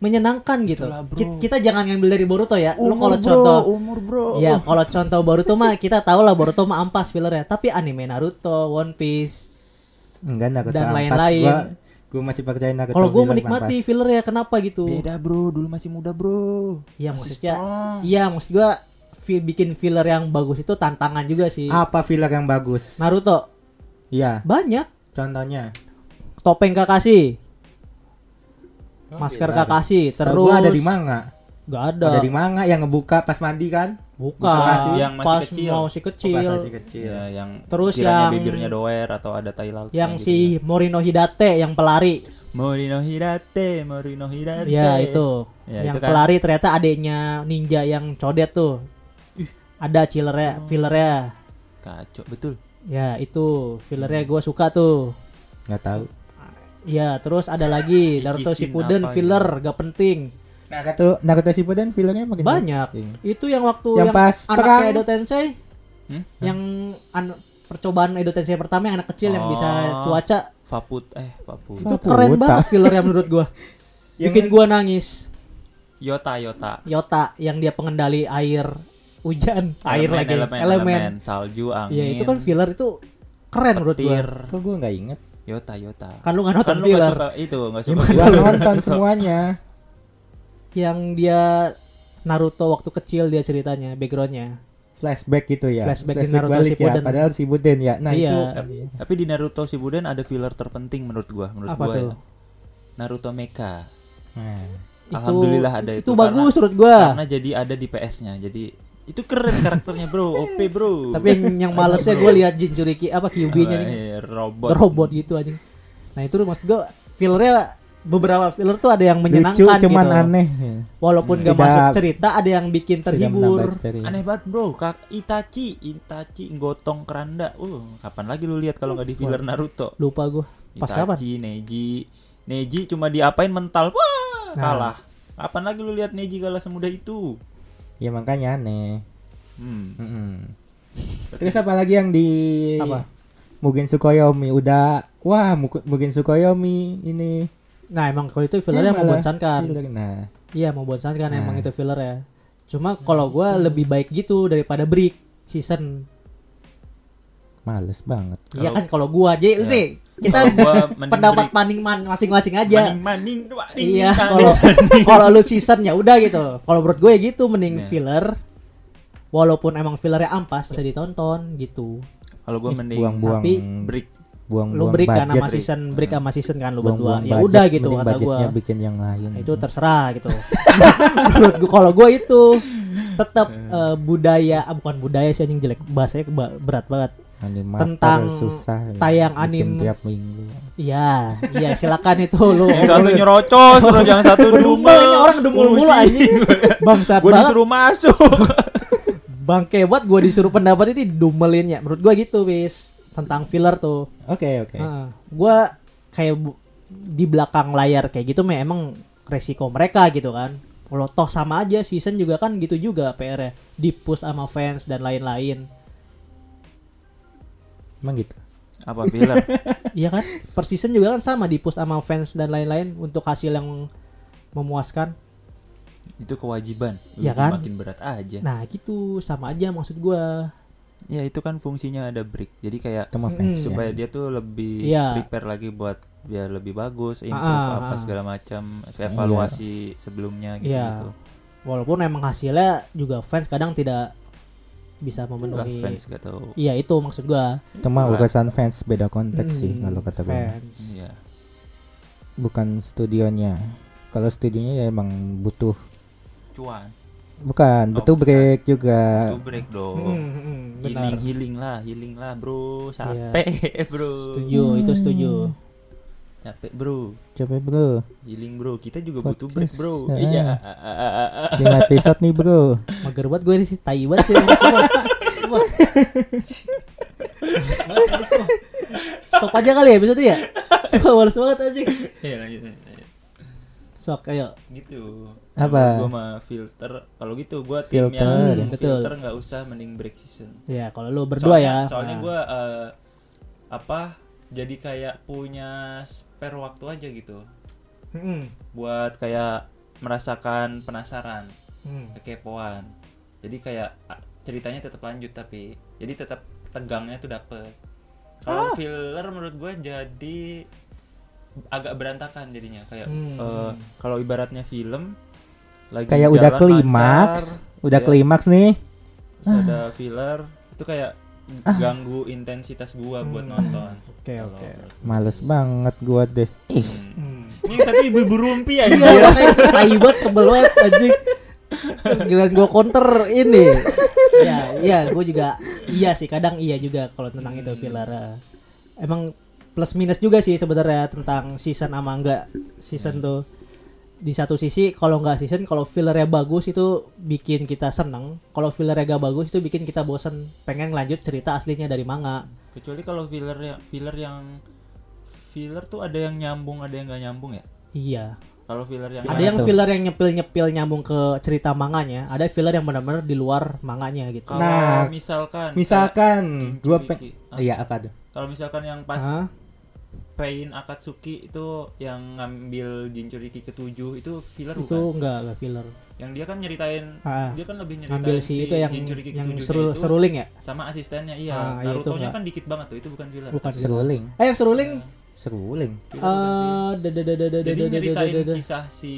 B: menyenangkan gitu.
C: Itulah, bro.
B: Ki- Kita jangan ngambil dari Boruto ya. Lu
C: Umur
B: kalau
C: bro,
B: contoh
C: umur bro.
B: Ya, kalau contoh Boruto mah kita tahu lah Boruto mah ampas fillernya, tapi anime Naruto, One Piece.
E: Enggak Naruto
B: Dan
E: ampas.
B: lain-lain.
E: Gua, gua masih percaya Naruto.
B: Kalau gue
E: bilang
B: menikmati fillernya kenapa gitu?
C: Beda bro, dulu masih muda bro.
B: Iya
C: Masih
B: maksudnya,
C: strong.
B: iya maksud gue bikin filler yang bagus itu tantangan juga sih.
E: ampas. apa filler yang bagus?
B: Naruto
E: Iya,
B: banyak
E: contohnya.
B: topeng Kakashi, masker Kakashi,
E: Terus
B: terus
E: ada di manga.
B: Gak ada.
E: Ada di manga yang ngebuka pas mandi kan?
B: Bukan.
C: Kakashi yang masih
B: pas
C: kecil.
B: mau si
E: Oh,
B: kecil.
E: pas masih kecil.
C: Iya, yang
B: Terus
C: kiranya
B: yang-
C: bibirnya doer atau ada tai laut. gitu ya.
B: yang si Morino Hidate yang pelari.
C: Morino Hirate, Morino Hirate.
B: Ya itu.
C: Ya,
B: yang
C: itu kan.
B: pelari ternyata adeknya ninja yang codet tuh. Ada
C: Oh.
B: chillernya, fillernya.
C: Kacau, betul.
B: Ya itu fillernya gue suka tuh.
E: Enggak tahu.
B: Ya terus ada
C: [LAUGHS]
B: lagi Naruto
C: Ichisin
B: Shippuden
C: apa
B: filler gak penting.
E: Naruto Naruto Shippuden fillernya makin Iya.
B: Banyak.
E: penting.
B: Itu yang waktu
E: Yang pas perang.
B: anak Edo Tensei,
C: Hmm?
B: yang an- percobaan Edo Tensei pertama yang anak kecil yang bisa
C: Oh.
B: cuaca
C: Faput eh Faput.
B: itu
E: Wah,
B: keren
E: puta.
B: banget fillernya menurut
C: [LAUGHS]
B: gua. Bikin gua nangis.
C: Yota Yota.
B: Yota yang dia pengendali air hujan, air lagi,
C: elemen,
B: elemen.
C: elemen, salju, angin.
B: Ya itu kan filler itu keren menurut gua.
C: petir.
E: Kok gua enggak
B: [LAUGHS]
E: inget?
C: Yota Yota.
B: Kan lu nggak nonton
C: Kan lu nggak
B: filler
C: suka itu, nggak suka.
B: Gimana
E: Gua
C: [LAUGHS] filler.
E: nonton semuanya.
B: yang dia Naruto waktu kecil dia ceritanya backgroundnya.
E: Flashback gitu ya.
B: Flashback di Naruto
E: balik
B: Shippuden.
E: ya. Padahal Shippuden ya. Nah,
B: Iya.
E: itu
C: Tapi di Naruto Shippuden ada filler terpenting menurut gua, menurut
B: Apa
C: gua.
B: tuh?
C: ya. Naruto Mecha.
E: Nah,
B: Itu-
C: Alhamdulillah ada itu.
B: Itu
C: karena-
B: bagus menurut gua.
C: Karena jadi ada di PS-nya. Jadi itu keren karakternya, Bro. OP, Bro.
B: Tapi yang,
C: [LAUGHS]
B: yang malesnya gue lihat Jinchuriki apa Kyuubi-nya nih
C: Eh, robot.
B: robot gitu anjing. Nah, itu maksud gue fillernya beberapa filler tuh ada yang
E: lucu
B: menyenangkan
E: cuman
B: gitu.
E: aneh.
B: Walaupun gak
E: Hmm. Tidak-
B: masuk cerita ada yang bikin
E: Tidak menambah
B: terhibur.
E: experience.
C: Aneh banget bro, Kak Itachi, Itachi gotong keranda. Uh, kapan lagi lu lihat kalau nggak di filler Naruto?
B: Lupa gue. Pas kapan?
C: Itachi, Neji, Neji cuma diapain mental, wah
B: Nah.
C: kalah. Kapan lagi lu lihat Neji kalah semudah itu?
E: Ya makanya aneh.
C: Hmm.
E: Mm-mm. Terus apa lagi yang di
B: Apa?
E: Mugen Tsukuyomi udah wah Mu- Mugen Tsukuyomi ini
B: Nah, emang kalau itu fillernya
E: Ini Iya, malah
B: membosankan.
E: filler. Nah,
B: Iya, membosankan
E: Nah. Hmm.
B: emang itu fillernya. Cuma kalau gue lebih baik gitu daripada break season.
E: males banget.
B: Iya
C: Kalau-
B: kan kalau gua aja
C: Iya.
B: nih kita
C: Kalau
B: [LAUGHS]
C: gua mending
B: pendapat
C: break.
B: maning man masing-masing aja.
C: Maning maning dua ding,
B: Iya,
C: ding,
B: kalau
C: ding.
B: [LAUGHS] kalau lu season ya udah gitu. Kalau menurut gue ya gitu mending
C: Iya.
B: filler. Walaupun emang fillernya ampas bisa ditonton gitu.
C: [LAUGHS] kalau gua mending
E: Buang-buang
B: Tapi
C: break.
E: buang
B: Lu break kan sama
E: budget.
B: season, break sama season kan lu berdua.
E: Buang-buang
B: Ya
E: budget,
B: udah gitu
E: mending
B: kata
E: budgetnya
B: gua.
E: bikin yang lain.
B: Nah, itu terserah gitu. menurut gua kalau gua itu tetap eh, budaya ah, bukan budaya sih anjing jelek. Bahasanya keba- berat banget.
E: Animator
B: tentang
E: susah ya,
B: tayang
E: bikin
B: anime.
E: tiap minggu.
B: Iya, iya silakan itu lu.
C: Yang satu nyerocos, terus yang satu
B: Dumel
C: dumel.
B: ini orang dumel mulu
C: Pusing.
B: anjing. Bangsat
C: Gua
B: banget.
C: disuruh masuk.
B: [LAUGHS] Bangke banget gua disuruh pendapat ini dumelin ya. Menurut gua gitu, wis. Tentang filler tuh.
E: Oke, oke.
B: Heeh. gua kayak bu- di belakang layar kayak gitu memang resiko mereka gitu kan. Kalau toh sama aja season juga kan gitu juga PR-nya. Di push sama fans dan
E: [LAUGHS]
B: lain-lain.
E: Emang gitu.
C: Apa
B: [LAUGHS]
C: filler?
B: Iya kan? Per season juga kan sama di push sama fans dan lain-lain untuk hasil yang memuaskan.
C: Itu kewajiban.
B: Iya
C: Iya
B: kan?
C: Makin berat aja.
B: Nah, gitu sama aja maksud gua.
C: Ya itu kan fungsinya ada break. Jadi kayak
E: Sama
B: Mm-mm.
E: fans. ya.
C: supaya dia tuh lebih
B: Iya.
C: prepare lagi buat biar lebih bagus, improve
B: Ah, ah,
C: apa
B: ah.
C: segala macam,
E: Iya.
C: evaluasi sebelumnya gitu
B: Iya.
C: gitu.
B: Walaupun emang hasilnya juga fans kadang tidak bisa
C: Lah,
B: memenuhi.
C: fans gak tahu.
B: Iya itu maksud gua.
E: itu mah
C: Itulah.
E: urusan fans beda konteks sih
B: Hmm,
E: kalau kata gue
B: fans.
C: Iya.
E: bukan studionya kalau studionya ya emang butuh
C: Cuan.
E: bukan
C: Oh,
E: butuh
C: bukan.
E: break juga
C: Itu break
B: Hmm,
C: dong.
B: hmm, benar. Iya.
C: Healing healing lah, healing lah, Bro. Capek, [LAUGHS] Bro.
B: Setuju, itu setuju.
C: Capek, Bro.
E: capek bro
C: Healing, Bro. Kita juga
E: Podcast.
C: butuh break, Bro.
E: Ah.
C: Iya. [LAUGHS]
E: lima episode nih [LAUGHS] bro
B: Mager banget gue sih tai banget. ya. Semua. Semua. Stop aja kali ya episode ya. Semua males banget aja.
C: Iya, lanjut, lanjut, lanjut.
B: Sok ayo.
C: gitu
E: Apa?
C: gue mah filter kalau gitu gue tim
E: Filter.
C: yang
B: Betul.
C: filter nggak usah mending break season
B: Ya kalau lu berdua
C: soalnya,
B: ya.
C: Soalnya
B: Nah.
C: gue apa jadi kayak punya spare waktu aja gitu
B: Mm-mm.
C: buat kayak merasakan penasaran,
B: Mm.
C: kekepoan. Jadi kayak ah, ceritanya tetap lanjut tapi jadi tetap tegangnya tuh dapet. Kalau
E: Ah.
C: filler menurut gue jadi agak berantakan jadinya kayak eh, kalau ibaratnya film lagi
E: Hmm. kayak udah
C: jalan
E: klimaks
C: lancar,
E: udah
C: ya,
E: klimaks nih
C: terus
B: Ah.
C: ada filler itu kayak ganggu intensitas gua buat nonton.
B: Hmm. Oke,
C: Kalau
B: oke. Hmm.
C: menurut gua.
E: males banget gua deh ih
C: Ini yang satu ibu-ibu rumpi ya.
B: Iya, makanya tai banget sebel banget anjing. Giliran gue counter ini. ya, iya, gue juga iya sih, kadang iya juga kalau tentang itu filler. eh. Emang plus minus juga sih sebenarnya tentang season sama enggak season tuh. Di satu sisi kalau enggak season, kalau fillernya bagus itu bikin kita seneng. Kalau fillernya gak bagus itu bikin kita bosen pengen lanjut cerita aslinya dari manga.
C: Kecuali kalau filler yang filler yang filler tuh ada yang nyambung, ada yang nggak nyambung ya.
B: Iya.
C: Kalau filler yang
B: ada yang filler yang nyepil-nyepil nyambung ke cerita manganya, ada filler yang benar-benar di luar manganya gitu.
C: kalau
E: Nah,
C: misalkan
E: misalkan
C: kayak
E: gua
C: Jinchuriki,
E: pe-
C: ah,
E: iya apa tuh
C: kalau misalkan yang pas
B: Hah?
C: Pain Akatsuki itu yang ngambil Jinchuriki ketujuh itu filler
B: itu
C: bukan?
B: enggak enggak filler.
C: Yang dia kan nyeritain
B: Ah,
C: dia kan lebih kan? nyeritain
B: Ngambil si, itu yang
C: Jinchuriki
B: yang
C: ketujuhnya
B: serul,
C: itu
B: seruling ya?
C: sama asistennya iya.
B: Ah, iya, itu
C: Naruto-nya
B: enggak.
C: kan dikit banget tuh, itu bukan filler.
B: Bukan filler.
E: seruling
B: Eh yang seruling
E: seruling
C: Filler Iya, bukan sih.
B: eh
C: Jadi nyeritain kisah si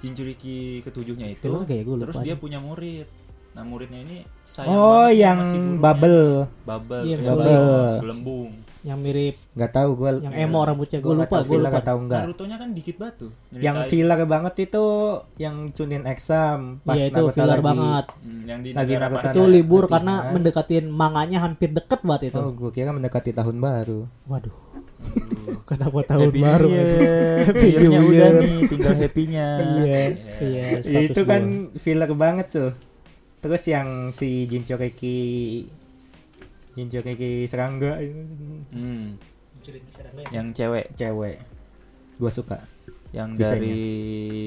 C: Jinchuriki ketujuhnya itu.
B: Itu kayak gua lupa
C: terus dia
B: nih.
C: punya murid. Nah, muridnya ini sayang
E: oh
C: banget sama
E: yang
C: si gurunya.
E: bubble
C: Bubble.
B: Iya,
C: terus
E: bubble.
C: belembung, Belembung.
B: yang mirip
E: nggak tahu gua
B: yang emo rambutnya. Gue
E: Iya. gua nggak
B: lupa,
E: tahu
B: gue
E: filler
B: lupa.
E: atau enggak
C: Naruto-nya kan dikit banget tuh.
E: yang
C: nyeritain.
E: filler banget itu yang cunin exam pas
B: Iya itu
E: Naruto
B: filler
E: lagi-
B: banget.
C: Hmm, yang di
E: Lagi
C: negara
E: Naruto
C: pasir.
B: Itu
E: Nah,
B: libur
E: nanti
B: karena
E: gimana?
B: mendekatin manganya hampir deket banget itu.
E: oh gua kira mendekati tahun baru
B: Waduh. [LAUGHS] Kenapa tahun
C: Happy
B: baru?
C: New
B: anjing?
C: Year.
E: [LAUGHS] Happy
C: Year-nya
E: New
C: udah
E: Year.
C: nih,
E: [LAUGHS]
C: tinggal happy-nya.
E: Iya.
B: Iya, status
E: itu
B: gua.
E: kan filler banget tuh terus yang si Jinchuriki Jinchuriki serangga itu,
C: Hmm, yang cewek
E: cewek gua suka
C: yang
E: Desainnya.
C: dari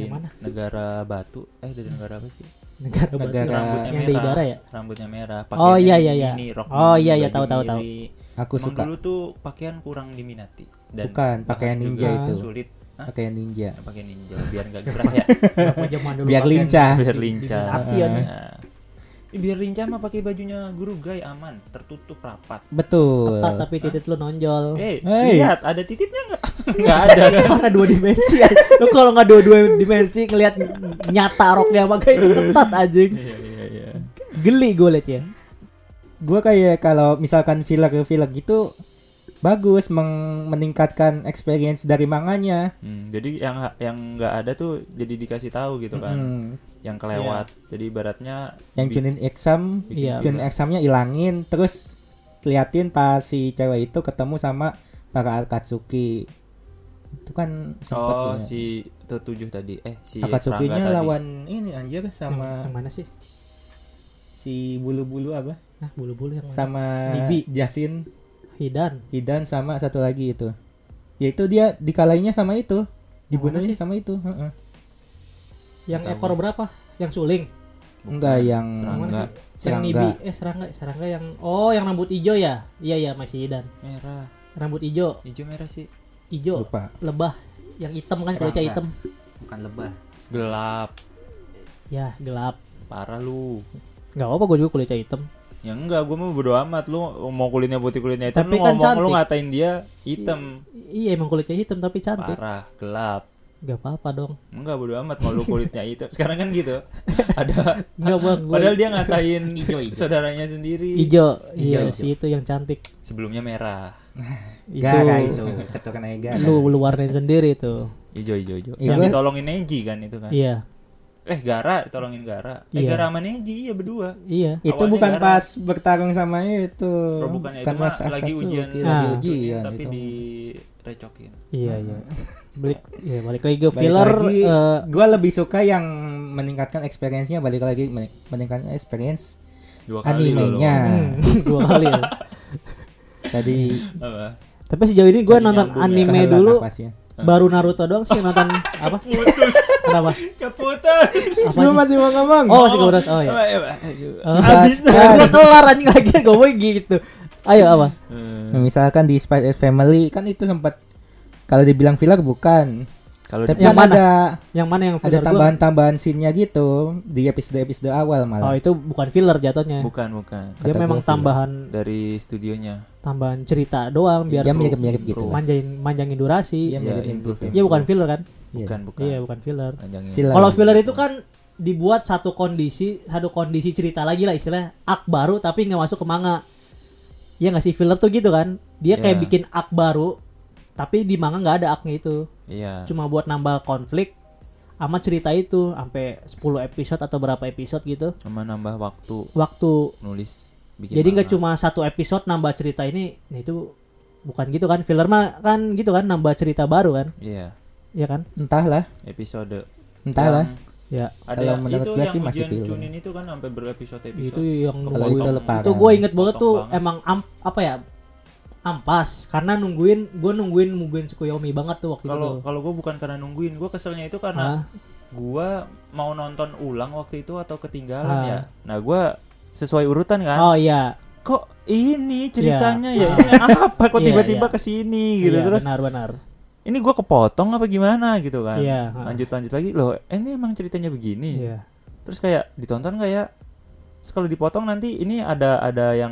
B: Yang mana?
C: negara batu eh dari negara apa sih
B: negara
E: Negara-
B: negara
C: rambutnya
B: Iya, yang di
C: merah
B: udara
E: [LAUGHS]
B: ya?
C: rambutnya merah
B: Oh,
C: pakaiannya
B: iya, iya, iya.
C: mini, rok
B: Oh,
C: mini,
B: iya, iya,
C: baju
B: tahu, tahu, tahu.
C: miri.
E: aku
C: Emang
E: suka
C: dulu tuh pakaian kurang diminati dan
E: Bukan,
C: bahan
E: pakaian
C: juga
E: ninja itu.
C: sulit Hah? Nah,
E: pakai ninja
C: pakai ninja biar nggak gerah
B: [LAUGHS]
C: ya
B: Kenapa zaman dulu
E: biar
B: pakaian
E: lincah
C: biar
B: di-
C: lincah
B: diminati ya, nih.
C: Nah. Ih, biar lincah mah pakai bajunya guru gay aman tertutup rapat
E: betul
B: Ketat tapi titit lu nonjol.
C: eh
E: Hey.
C: lihat ada titiknya nggak [LAUGHS] nggak ada
B: Karena dua dimensi ya. Lu kalau nggak dua-dua dimensi ngelihat nyata roknya pakai itu ketat anjing.
C: iya iya iya
B: Geli gue liat ya.
E: gua kayak kalau misalkan filler filler gitu bagus meng- meningkatkan experience dari manganya
C: Hmm, jadi yang yang nggak ada tuh jadi dikasih tahu gitu kan
E: Mm.
C: yang kelewat jadi ibaratnya
E: yang
C: bi-
E: cunin exam
B: Iya.
E: cunin examnya ilangin terus liatin pas si cewek itu ketemu sama para Akatsuki itu kan sempet
C: oh
E: ya.
C: si ketujuh tadi eh si serangga
E: Akatsukinya
C: tadi.
E: lawan ini anjir
B: Yang-
E: sama
B: yang mana sih?
E: si bulu-bulu apa
B: Nah, bulu-bulu yang mana?
E: sama
B: Nibi.
E: Jasin
B: Hidan.
E: Hidan sama satu lagi itu yaitu dia dikalahinnya sama itu dibunuhnya
B: sih?
E: sama itu heeh.
B: Yang
C: Tahu.
B: ekor berapa? Yang suling.
C: Bukan,
E: enggak yang
C: serangga
B: Yang
E: Serangga.
B: nibi eh serangga, serangga yang oh yang rambut ijo ya? Iya iya masih Hidan.
C: merah
B: Rambut ijo,
C: hijau merah sih
B: ijo,
E: lupa
B: lebah yang hitam kan kulitnya
E: Serangga.
B: hitam.
E: bukan lebah
C: gelap
B: Ya, gelap.
C: parah lu
B: Gak apa-apa gue juga kulitnya hitam.
C: Ya enggak, gue mah bodo amat lu mau kulitnya putih kulitnya hitam
B: Tapi
C: lu
B: kan
C: ngomong lu
B: cantik.
C: ngatain dia hitam.
B: Iya emang kulitnya hitam tapi cantik.
C: Parah, gelap.
B: Gak apa-apa dong.
C: Enggak bodo amat mau lu kulitnya hitam. Sekarang kan
B: [LAUGHS]
C: gitu. Ada
B: Enggak bang. gua-
C: padahal dia ngatain
B: [LAUGHS]
D: Ijo, ijo.
C: saudaranya sendiri.
B: Ijo, iya
D: Ijo.
B: si itu yang cantik.
C: Sebelumnya merah.
E: Gara itu keturunan gara.
B: Lu lu warnain sendiri tuh.
C: Ijo ijo ijo. Yang
E: Iya, gua-
C: ditolongin Neji kan itu kan.
E: Nah.
B: Iya,
C: Eh Gara, tolongin Gara. Eh
B: Iya.
C: Gara sama Neji iya berdua.
B: iya.
E: Itu
C: Awalnya
E: bukan
C: gara.
E: pas bertarung sama itu.
C: Oh, bukan ya, itu mah
E: Mas
C: lagi
E: Akatsuki,
C: ujian.
E: lagi
B: Ah.
E: ujian iya, gitu.
C: tapi
E: itu.
C: direcokin.
B: Iya, iya. Balik ya balik lagi ke
E: Balik
B: filler
E: lagi,
B: eh,
E: gua lebih suka yang meningkatkan experience-nya balik lagi mening- meningkatkan experience
C: Dua kali lu lo.
E: animenya.
B: hmm, [LAUGHS] dua kali ya.
E: Tadi
C: Apa?
B: Tapi sejauh ini gue
C: Jadi
B: nonton
C: nyambung
B: [LAUGHS]
C: ya.
B: anime
E: kehalan
B: dulu
E: nafasnya.
B: baru Naruto doang sih
E: [LAUGHS]
B: nonton apa?
C: Putus.
B: Kenapa?
C: Keputus.
B: Apa
E: Lu
B: sih?
E: masih mau ngomong?
B: Oh, si Kobra. Oh ya.
E: Bukan.
B: Habis gue kelar anjing lagi ngomong gitu. Ayo apa?
E: Nah, Misalkan di Spy X Family kan itu sempat kalau dibilang filler bukan.
C: Kalau
E: Tapi
B: Yang
E: kan
B: mana?
E: ada
B: Yang mana yang
E: ada
B: filler gua?
E: tambahan-tambahan scene-nya gitu di episode-episode awal
B: Oh,
E: malah.
B: itu bukan filler jatuhnya.
C: bukan bukan
B: Dia
E: Kata
B: memang
E: gua filler.
B: tambahan
C: dari studionya.
B: tambahan cerita doang biar
E: Dia mirip-mirip
C: Bro.
E: gitu. lah.
B: Iya. manjain manjangin durasi.
C: Ya,
E: Iya, mirip-mirip
C: improve,
E: gitu.
B: Iya bukan filler kan?
C: Bukan bukan.
B: Iya bukan filler.
C: Panjangin.
E: Filler.
B: Kalau filler itu kan dibuat satu kondisi, satu kondisi cerita lagi lah istilahnya ak baru tapi nggak masuk ke manga. Iya nggak sih filler tuh gitu kan? Dia kayak
C: Iya.
B: bikin ak baru tapi di manga nggak ada aknya itu.
C: Iya.
B: Cuma buat nambah konflik sama cerita itu sampai 10 episode atau berapa episode gitu.
C: Sama nambah waktu
B: Waktu
C: nulis bikin.
B: jadi nggak
C: manga.
B: cuma satu episode nambah cerita ini, nah itu bukan gitu kan? Filler mah kan gitu kan nambah cerita baru kan?
C: Iya.
B: Iya kan?
E: Entahlah,
C: Episode.
E: entahlah.
C: Yang
B: Ya.
C: Ada
E: Kalau menurut
C: itu
E: gua
C: yang
E: sih masih
C: ujian
E: filler.
C: Chunin itu kan sampai berepisode-episode.
B: Itu yang
E: Kalau
B: gua
E: itu
B: ingat.
E: lepas.
B: itu gue inget banget
C: Potong
B: tuh
C: banget.
B: emang am- apa ya ampas karena nungguin gue nungguin Mugen Tsukuyomi banget tuh waktu
C: Kalau
B: itu
C: kalau gue bukan karena nungguin, gue keselnya itu
B: Hah?
C: karena gua mau nonton ulang waktu itu atau ketinggalan
B: Ah.
C: ya. Nah, gua sesuai urutan kan.
B: oh iya
C: Kok ini ceritanya
B: Iya.
C: ya? Ini apa kok
B: Iya,
C: tiba-tiba
B: iya.
C: ke sini gitu
B: Iya,
C: terus.
B: benar benar
C: Ini gua kepotong apa gimana gitu kan.
B: Iya, ah.
C: Lanjut-lanjut lagi loh. eh, Ini emang ceritanya begini.
B: iya
C: Terus kayak ditonton nggak ya? Terus kalau dipotong nanti ini ada ada yang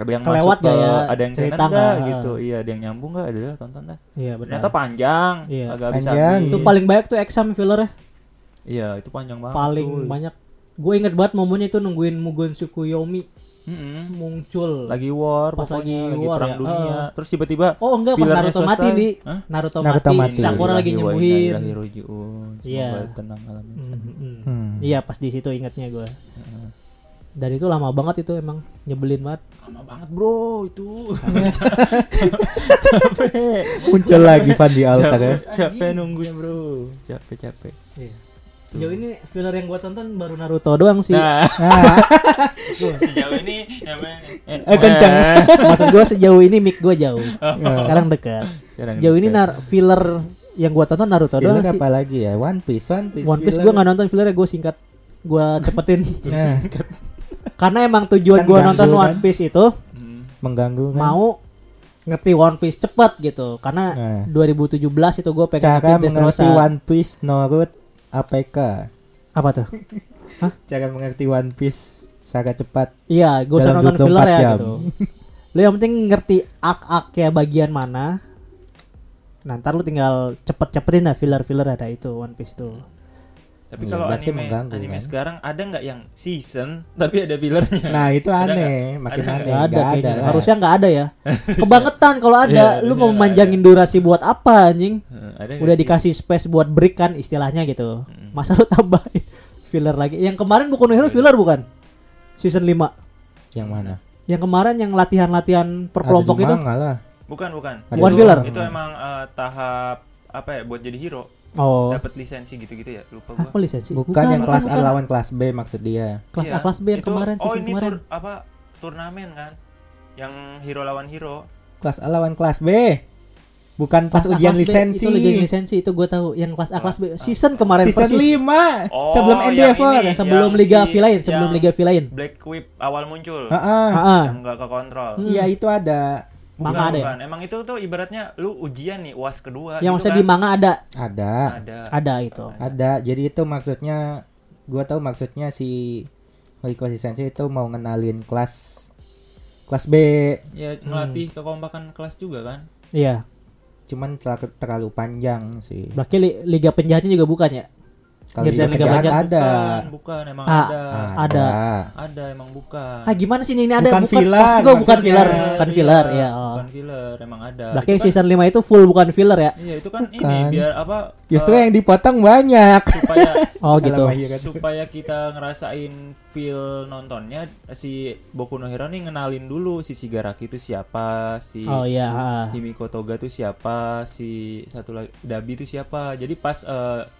C: ada yang
B: Kelewat
C: masuk
B: nggak
C: ke-
B: ya
C: ada yang
B: cerita
C: cerita nggak
B: nggak?
C: gitu. Iya, ada yang nyambung nggak? Ada lah, tonton dah.
B: iya benar
C: Ternyata panjang,
B: Iya.
C: agak
E: Panjang.
B: itu
E: Iya.
B: paling banyak tuh exam filler ya.
C: Iya, itu panjang banget.
B: paling
C: cuy.
B: banyak gue inget banget momennya itu nungguin Mugen Tsukuyomi
C: Mm-mm.
B: muncul
C: lagi war
B: Pas
C: pokoknya
B: lagi
C: lagi,
B: war
C: perang
B: ya,
C: dunia
B: heeh.
C: terus tiba-tiba
B: oh enggak pas
C: Fillernya
B: Naruto mati
C: selesai.
B: di
C: Hah? Iya,
B: Naruto,
E: Naruto
B: mati,
E: mati.
B: Sakura lagi
C: Ilahi wa
B: nyembuhin
C: ilahi roji'un. Semoga
B: Iya.
C: tenang alamin
B: Mhm, mhm.
E: Hmm.
B: iya pas di situ ingatnya gue dan itu lama banget itu emang nyebelin banget
C: lama banget bro itu capek
E: Muncul lagi Van di altar ya.
C: capek capek nunggunya bro capek capek
B: Iya. Sejauh ini filler yang gua tonton baru Naruto doang sih.
C: nah [LAUGHS]
E: Nah,
C: sejauh ini namanya
E: eh kencang.
B: [LAUGHS] Maksud gua sejauh ini mic gua
C: [LAUGHS]
B: jauh. Sekarang dekat.
C: Sekarang
B: Sejauh ini
C: dekat.
B: nar filler yang gua tonton Naruto doang
E: Filler
B: sih.
E: apa lagi ya? One Piece, One Piece.
B: One Piece gua
E: filler.
B: nggak nonton fillernya gua singkat. [LAUGHS] Gua cepetin.
E: Nah,
B: Karena emang tujuan
E: Kan
B: gua
E: ganggu,
B: nonton
E: kan?
B: One Piece itu
C: Hmm.
E: mengganggu kan?
B: mau ngerti One Piece cepet gitu. Karena
E: Eh.
B: 2017 itu gua pengen
E: cara
B: ngerti
E: mengerti
B: Dressrosa.
E: One Piece Norut APK.
B: apa tuh?
E: Cara mengerti One Piece sangat cepat.
B: Iya, gua usah
E: Dalam
B: nonton
E: 24
B: filler ya
E: jam.
B: gitu. Lu yang penting ngerti ak-ak ya bagian mana. Nah, ntar lu tinggal cepet-cepetin dah filler-filler ada itu One Piece itu.
C: tapi
E: Iya,
C: kalau
E: berarti
C: anime
E: mengganggu,
C: anime
E: kan?
C: sekarang ada nggak yang season tapi ada fillernya
E: Nah, itu
C: Ada
E: aneh, makin
B: Gak
C: Ada
E: aneh.
B: ada
E: Eh, Nggak
B: kayaknya.
E: lah.
B: Harusnya nggak ada
E: [LAUGHS]
B: ya. Kebangetan kalau ada. lu
C: Iya, harusnya
B: mau
C: nggak
B: manjangin durasi buat apa
E: Iya
B: anjing?
C: Hmm, ada nggak
B: Udah
C: sih?
B: dikasih space buat break kan istilahnya gitu. Masa lu tambahin [LAUGHS] filler lagi? Yang kemarin Boku no Hero
E: Iya.
B: filler bukan? Season 5.
E: Yang mana?
B: Yang kemarin yang latihan-latihan per kelompok
E: Ada di
B: itu.
E: manga lah.
C: bukan bukan
E: Bukan
C: Itu-
B: filler.
C: itu emang eh, tahap apa ya buat jadi hero
B: Oh.
C: dapat lisensi gitu-gitu ya lupa gua
B: Aku lisensi.
E: Bukan, yang kelas A lawan kelas B maksud dia.
B: kelas
C: Iya,
B: A kelas B yang
C: itu-
B: kemarin
C: oh
B: season
C: ini
B: kemarin
C: tur- apa turnamen kan yang hero lawan hero
E: Kelas A lawan kelas B. Bukan pas
B: A,
E: ujian
B: kelas B,
E: lisensi.
B: itu ujian lisensi itu gue tahu yang kelas A kelas B
C: Kelas A.
B: season kemarin
E: Season
B: persis.
E: 5
C: Oh,
E: sebelum
C: yang
E: Endeavor.
C: ini.
B: sebelum
C: Yang
B: Liga
C: Iya, si-
B: Villain sebelum
C: yang-
B: Liga Villain
C: black whip awal muncul
B: Ah,
E: Heeh.
B: Heeh.
C: yang nggak ke kontrol
B: Hmm,
E: Iya, itu ada.
C: bukan
B: manga ada ya?
C: bukan emang itu tuh ibaratnya lu ujian nih uas kedua
B: yang
C: gitu
B: maksudnya
C: kan. Iya.
B: di manga ada
E: Ada.
C: ada
B: ada gitu. itu
E: Ada. Jadi itu maksudnya gua tahu maksudnya si Rico Sensi itu mau ngenalin kelas kelas B
C: Ya
B: Hmm.
C: ngelatih kekompakan kelas juga kan.
B: Iya.
E: cuman terlalu, terlalu panjang sih.
B: Berarti li- liga penjahatnya juga bukan ya?
E: Kalau
B: Biar
E: Liga
B: dan Liga
E: Penjahat
B: Penjahat
E: ada.
C: Bukan, bukan emang
B: Ah,
C: ada.
B: ada.
C: Ada emang bukan.
B: Ah gimana sih ini Ini ada
E: Bukan filler,
B: maksud gua bukan
E: maksudnya.
B: filler,
C: Iya,
B: bukan
C: iya,
B: filler ya. oh.
C: Bukan filler emang ada.
B: Berarti
C: Itu kan-
B: season 5 itu full bukan filler ya?
C: Iya, itu kan ini
E: Bukan.
C: biar apa?
E: Justru
C: eh,
E: yang dipotong banyak.
C: supaya
B: [LAUGHS] Oh gitu.
E: Alamak, iya kan.
C: supaya kita ngerasain feel nontonnya si Boku no Hero nih ngenalin dulu si Shigaraki itu siapa, si
B: Oh iya, ah.
C: Himiko Toga itu siapa, si satu lagi Dabi itu siapa. Jadi pas eh,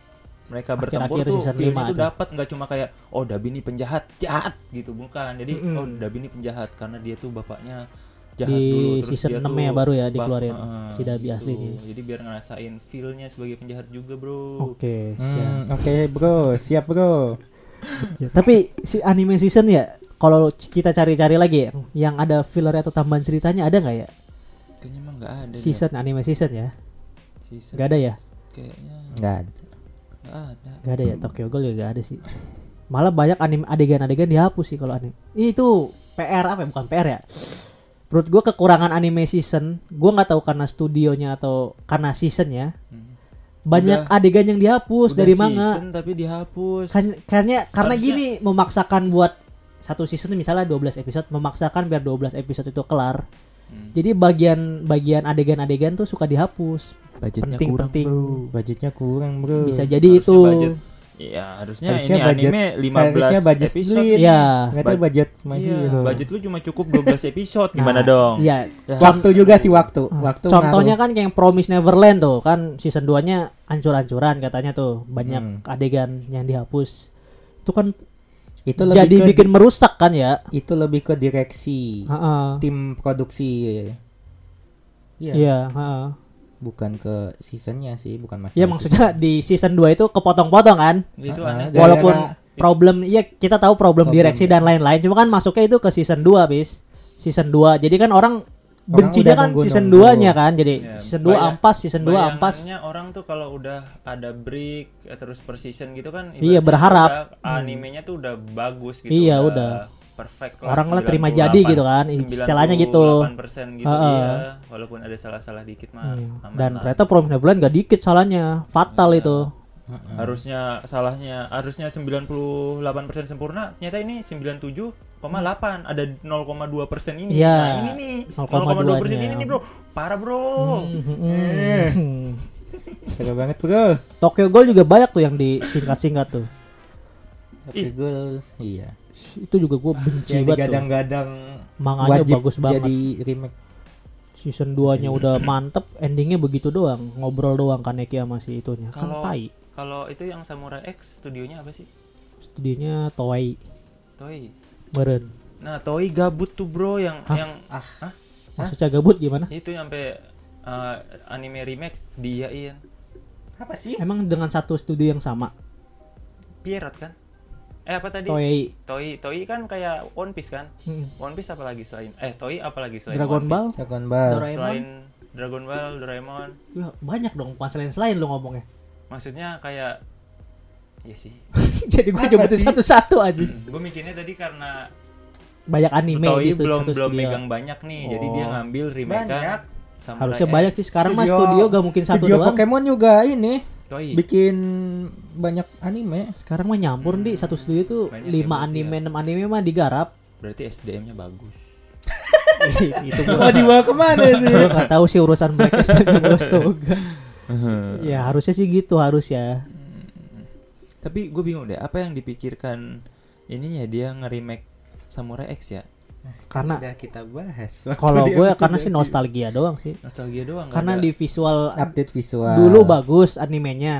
C: mereka bertempur
B: Akhir-akhir
C: tuh
B: season
C: feel-nya
B: lima
C: tuh
B: tuh.
C: dapat nggak cuma kayak oh Dabi ini penjahat, jahat gitu bukan. Jadi oh Dabi ini penjahat karena dia tuh bapaknya jahat
B: Di
C: dulu terus
B: season
C: dia
B: enam
C: tuh
B: ya baru ya
C: bap-
B: dikeluarin
C: Heeh,
B: si Dabi aslinya.
C: Jadi biar ngerasain feel-nya sebagai penjahat juga, Bro.
B: Oke, siap. Iya.
E: Hmm, Oke bro, siap bro.
B: Tapi si anime season ya kalau kita cari-cari lagi ya, yang ada filler atau tambahan ceritanya ada nggak ya?
C: Kayaknya emang nggak ada. deh.
B: Season anime season ya?
C: Season
B: Gak ada ya?
C: kayaknya
E: Nggak ada.
C: nggak ada.
B: Gak ada ya Tokyo Ghoul juga gak ada sih. Malah banyak anime adegan-adegan dihapus sih kalau anime. Itu PR apa ya? Bukan PR ya. Menurut gue kekurangan anime season, gue nggak tahu karena studionya atau karena season ya.
C: Hmm.
B: Banyak
C: Udah-
B: adegan yang dihapus
C: Udah
B: dari manga.
C: season tapi dihapus.
B: Kan, karena karena
C: Harusnya-
B: gini memaksakan buat satu season misalnya 12 episode memaksakan biar 12 episode itu kelar.
C: Hmm.
B: Jadi bagian bagian adegan-adegan tuh suka dihapus.
C: Budgetnya
B: penting-
C: kurang,
B: penting.
C: Bro.
E: Budgetnya kurang bro.
B: Bisa jadi
C: Hmm. Harusnya budget.
B: itu.
C: Iya, harusnya,
E: Harusnya
C: ini
E: budget-
C: anime 15
E: harusnya budget
C: episode.
E: split.
B: Iya.
E: Nggak tahu
C: Bud-
E: budget My
C: Iya,
E: Hero.
C: budget lu cuma cukup 12 episode gimana
B: Nah,
C: dong?
B: Iya.
C: Ya,
E: Waktu juga sih waktu. Waktu
B: Contohnya
E: ngaruh.
B: kan kayak yang Promise Neverland tuh kan season 2-nya hancur-hancuran katanya tuh
C: Hmm.
B: banyak adegan yang dihapus. Itu kan
E: itu lebih
B: jadi
E: ke
B: bikin Ah. merusak kan ya.
E: itu lebih ke direksi
B: Heeh.
E: tim produksi. Iya.
B: Iya, heeh.
E: Bukan ke seasonnya sih, bukan masalah.
B: Iya maksudnya di season 2 itu kepotong-potong kan.
C: Itu
E: Ah,
C: aneh.
E: Gara-gara-
B: Walaupun problem iya kita tahu problem,
E: Problem, iya.
B: direksi dan lain-lain cuma kan masuknya itu ke season 2 bis. Season 2. Jadi kan orang bencinya
E: udah
B: kan
E: nunggu-nunggu.
B: season 2-nya kan. Jadi
C: Iya,
B: season 2
C: bayang-
B: ampas, season 2 ampas.
C: Bayangannya orang tuh kalau udah ada break eh, terus per season gitu kan
B: Iya,
C: ibaratnya
B: berharap.
C: udah animenya tuh udah bagus gitu.
B: Iya,
C: Perfect
B: Orang lah terima jadi gitu kan, istilahnya gitu.
C: 98% gitu
B: Heeh. Hmm.
C: iya, walaupun ada salah-salah dikit
E: Iya.
C: mah
E: Nah,
C: aman
B: Iya. Dan
C: lah.
B: ternyata Promise Neverland gak dikit salahnya,
E: Iya.
B: fatal itu.
C: harusnya salahnya harusnya 98% sempurna, ternyata ini 97,8 ada 0,2% ini.
B: Iya,
C: Nah, ini nih 0,2% ini
B: 0,2-nya.
C: nih, Bro. Parah, Bro.
E: Eh.
B: Hmm.
E: [LAUGHS] Seru banget bro.
B: [LAUGHS] Tokyo Ghoul juga banyak tuh yang disingkat-singkat tuh.
E: Tapi gue iya.
B: Itu juga gue benci banget
E: Yang
B: tuh.
E: digadang-gadang
B: Manganya
E: wajib
B: bagus banget.
E: jadi Iya. remake.
B: Season 2-nya udah mantep, endingnya begitu doang. Ngobrol doang Kaneki sama si itunya. Kan
C: Kalau-
B: tai.
C: Kalau itu yang Samurai X studionya apa sih?
B: Studionya Toei.
C: Toei.
B: Beren.
C: Nah, Toy gabut tuh bro yang yang ah.
B: Maksudnya gabut gimana?
C: itu sampai eh, anime remake diain
E: Apa sih?
B: Emang dengan satu studio yang sama?
C: Pierrot kan? Eh apa tadi? Toy.
B: Toei.
C: Toy, kan kayak One Piece kan?
B: Hmm.
C: One Piece apalagi selain eh Toy apalagi selain
B: Dragon
C: One
B: Ball?
C: Piece?
E: Dragon Ball.
B: Doraemon?
C: Selain Dragon Ball, Doraemon.
B: Ya, banyak dong, bukan selain-selain lo ngomongnya. [LAUGHS]
C: Maksudnya kayak Iya sih.
B: Jadi gue
E: Apa
B: nyebutin
E: sih?
B: satu-satu aja.
C: Gue mikirnya tadi karena
B: Banyak anime gitu,
C: Toy
B: di stu-
C: belum
B: satu
C: belum
B: studio.
C: megang banyak nih, jadi dia ngambil remake
E: Banyak.
B: Oh. Harusnya banyak sih sekarang mah studio gak mungkin satu
E: studio
B: doang.
E: Pokemon juga ini
C: Toy.
E: bikin banyak anime.
B: Sekarang mah nyampur di satu studio tuh
C: Banyak
B: 5
C: ya, berarti
B: anime, 6 anime mah digarap.
C: Berarti SDM-nya bagus.
B: itu gua
E: Mau dibawa kemana sih?
B: gue gak tahu sih urusan mereka sama bos
C: [LAUGHS]
B: toga. ya harusnya sih gitu harus ya.
C: Tapi gue bingung deh, apa yang dipikirkan ininya dia nge-remake Samurai X ya?
B: Karena
E: Udah kita bahas. waktu
B: kalau
E: di
B: gue
E: episode
B: karena sih
E: ini.
B: nostalgia doang sih.
C: Nostalgia doang nggak
B: Karena
C: ada.
B: di visual
E: update visual.
B: dulu bagus animenya.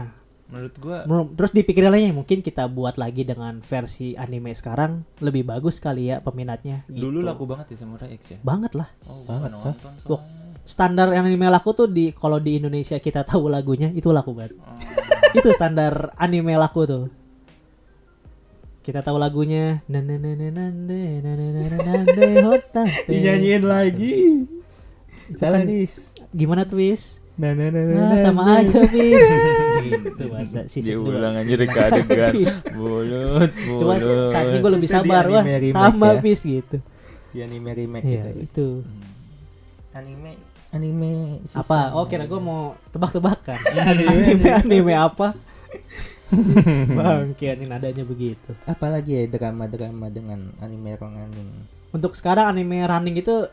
C: menurut gue
B: Menur- Terus dipikirin lagi mungkin kita buat lagi dengan versi anime sekarang lebih bagus kali ya peminatnya. gitu.
C: dulu laku banget ya Samurai X ya.
B: banget lah.
C: Oh,
E: Banget,
C: banget nonton
B: Wah.
C: soalnya.
B: Standar anime laku tuh di kalau di Indonesia kita tahu lagunya itu laku banget.
C: Oh,
B: itu standar anime laku tuh kita tahu lagunya Na na na na na na na na na na na na hotaste.
E: dinyanyiin lagi.
B: Itu
E: Salah
B: kan-
E: nih.
B: gimana twist
E: Nah, nah, nah, nah,
B: Nah,
E: nah,
B: sama
E: nah.
B: aja bis.
C: [LAUGHS]
B: gitu bahasa
C: Dia
B: season 2.
C: ulang aja ke
B: [LAUGHS]
C: adegan. Bulut,
B: Iya.
C: bulut.
B: Cuma saat ini gue lebih
E: Itu di
B: sabar wah,
E: anime remake
B: sama
E: ya.
B: bis gitu.
E: Di anime remake
B: Iya,
E: gitu.
B: itu.
E: Anime anime season.
B: Apa? Oke, nah gue mau tebak-tebakan. [LAUGHS] anime anime [LAUGHS] apa? Bangkian ini nadanya begitu.
E: apalagi ya drama-drama dengan anime rong anime.
B: Untuk sekarang anime running itu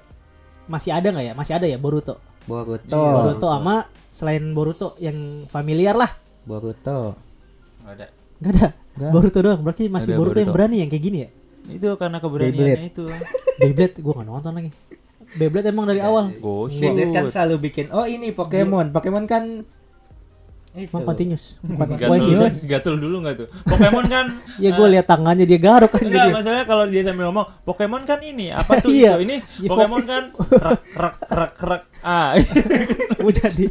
B: masih ada nggak ya? Masih ada ya Boruto.
E: Boruto,
C: Iya,
B: Boruto sama selain Boruto yang familiar lah.
E: Boruto.
C: Nggak ada.
B: Gak ada.
E: Nggak.
B: Boruto doang. Berarti masih
C: Ada
B: Boruto, yang
C: Boruto.
B: berani yang kayak gini ya?
C: Itu karena keberaniannya itu.
B: Beyblade gue gak nonton lagi. Beyblade emang dari awal.
C: Gosip.
E: Beyblade kan selalu bikin oh ini Pokemon. Pokemon kan itu.
B: Emang continuous.
C: Gatul, gatul dulu nggak tuh? Pokemon
B: [LAUGHS]
C: kan
B: Ya gue
C: eh,
B: lihat tangannya dia garuk kan
C: Enggak,
B: jadi.
C: masalahnya kalau dia sambil ngomong Pokemon kan ini, apa tuh
B: Iya.
C: itu? Ini
B: Iya,
C: Pokemon kan rak rak rak rak. Ah, [LAUGHS]
B: Mau jadi.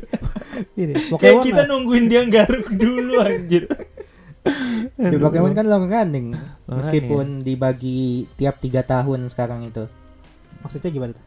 B: Ini
C: kayak
B: Pokemon.
C: kita
B: lah.
C: nungguin dia garuk dulu anjir. Ya,
E: Di Pokemon kan long running.
C: running.
B: iya.
E: Meskipun dibagi tiap tiga tahun sekarang itu.
B: Maksudnya gimana tuh?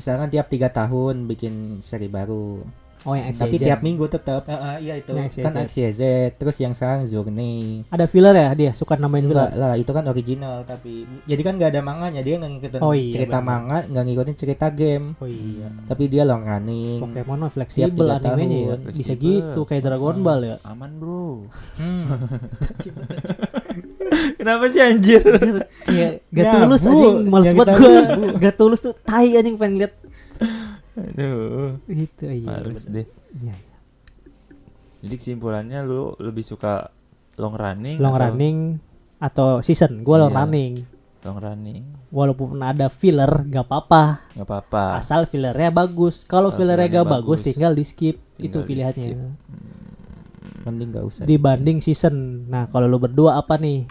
E: Misalkan tiap tiga tahun bikin seri baru.
B: Oh yang
E: Tapi
B: X-Y-Z.
E: tiap minggu tetap. iya itu.
B: Yang XYZ.
E: Kan XYZ. Terus yang sekarang Zurni.
B: ada filler ya dia suka namain filler.
E: Enggak lah, itu kan original tapi jadi kan nggak ada manganya, dia nggak ngikutin
B: Oh iya,
E: cerita
B: benar.
E: manga, nggak ngikutin cerita game,
B: Oh iya.
E: tapi dia long running.
B: Pokemon mah fleksibel
E: tiga
B: animenya ya.
E: tahun.
B: Bisa
C: Fleksibel.
B: gitu kayak Dragon Ball ya.
C: Aman, Bro.
E: Hmm.
C: [LAUGHS] Kenapa sih anjir?
B: Iya, gak
E: Ya,
B: tulus
E: Bu.
B: anjing males
E: Yang
B: banget
E: kita
B: gue.
E: Bu.
B: Gak tulus tuh tai anjing pengen lihat
C: Aduh.
B: gitu iya.
C: Males
B: bener.
C: deh.
B: Iya.
C: Jadi kesimpulannya lu lebih suka long running
B: Long
C: atau-
B: running atau season, gue long
C: Iya.
B: running.
C: Long running.
B: Walaupun ada filler, gak apa-apa.
C: nggak apa-apa.
B: Asal fillernya bagus. Kalau
C: Ah. Asal
B: fillernya gak
C: fillernya
B: bagus,
C: bagus.
B: tinggal di skip.
C: Tinggal
B: Itu
C: di
B: pilihannya.
C: skip.
E: Mending nggak usah.
B: Dibanding season. Nah, kalau lu berdua apa nih?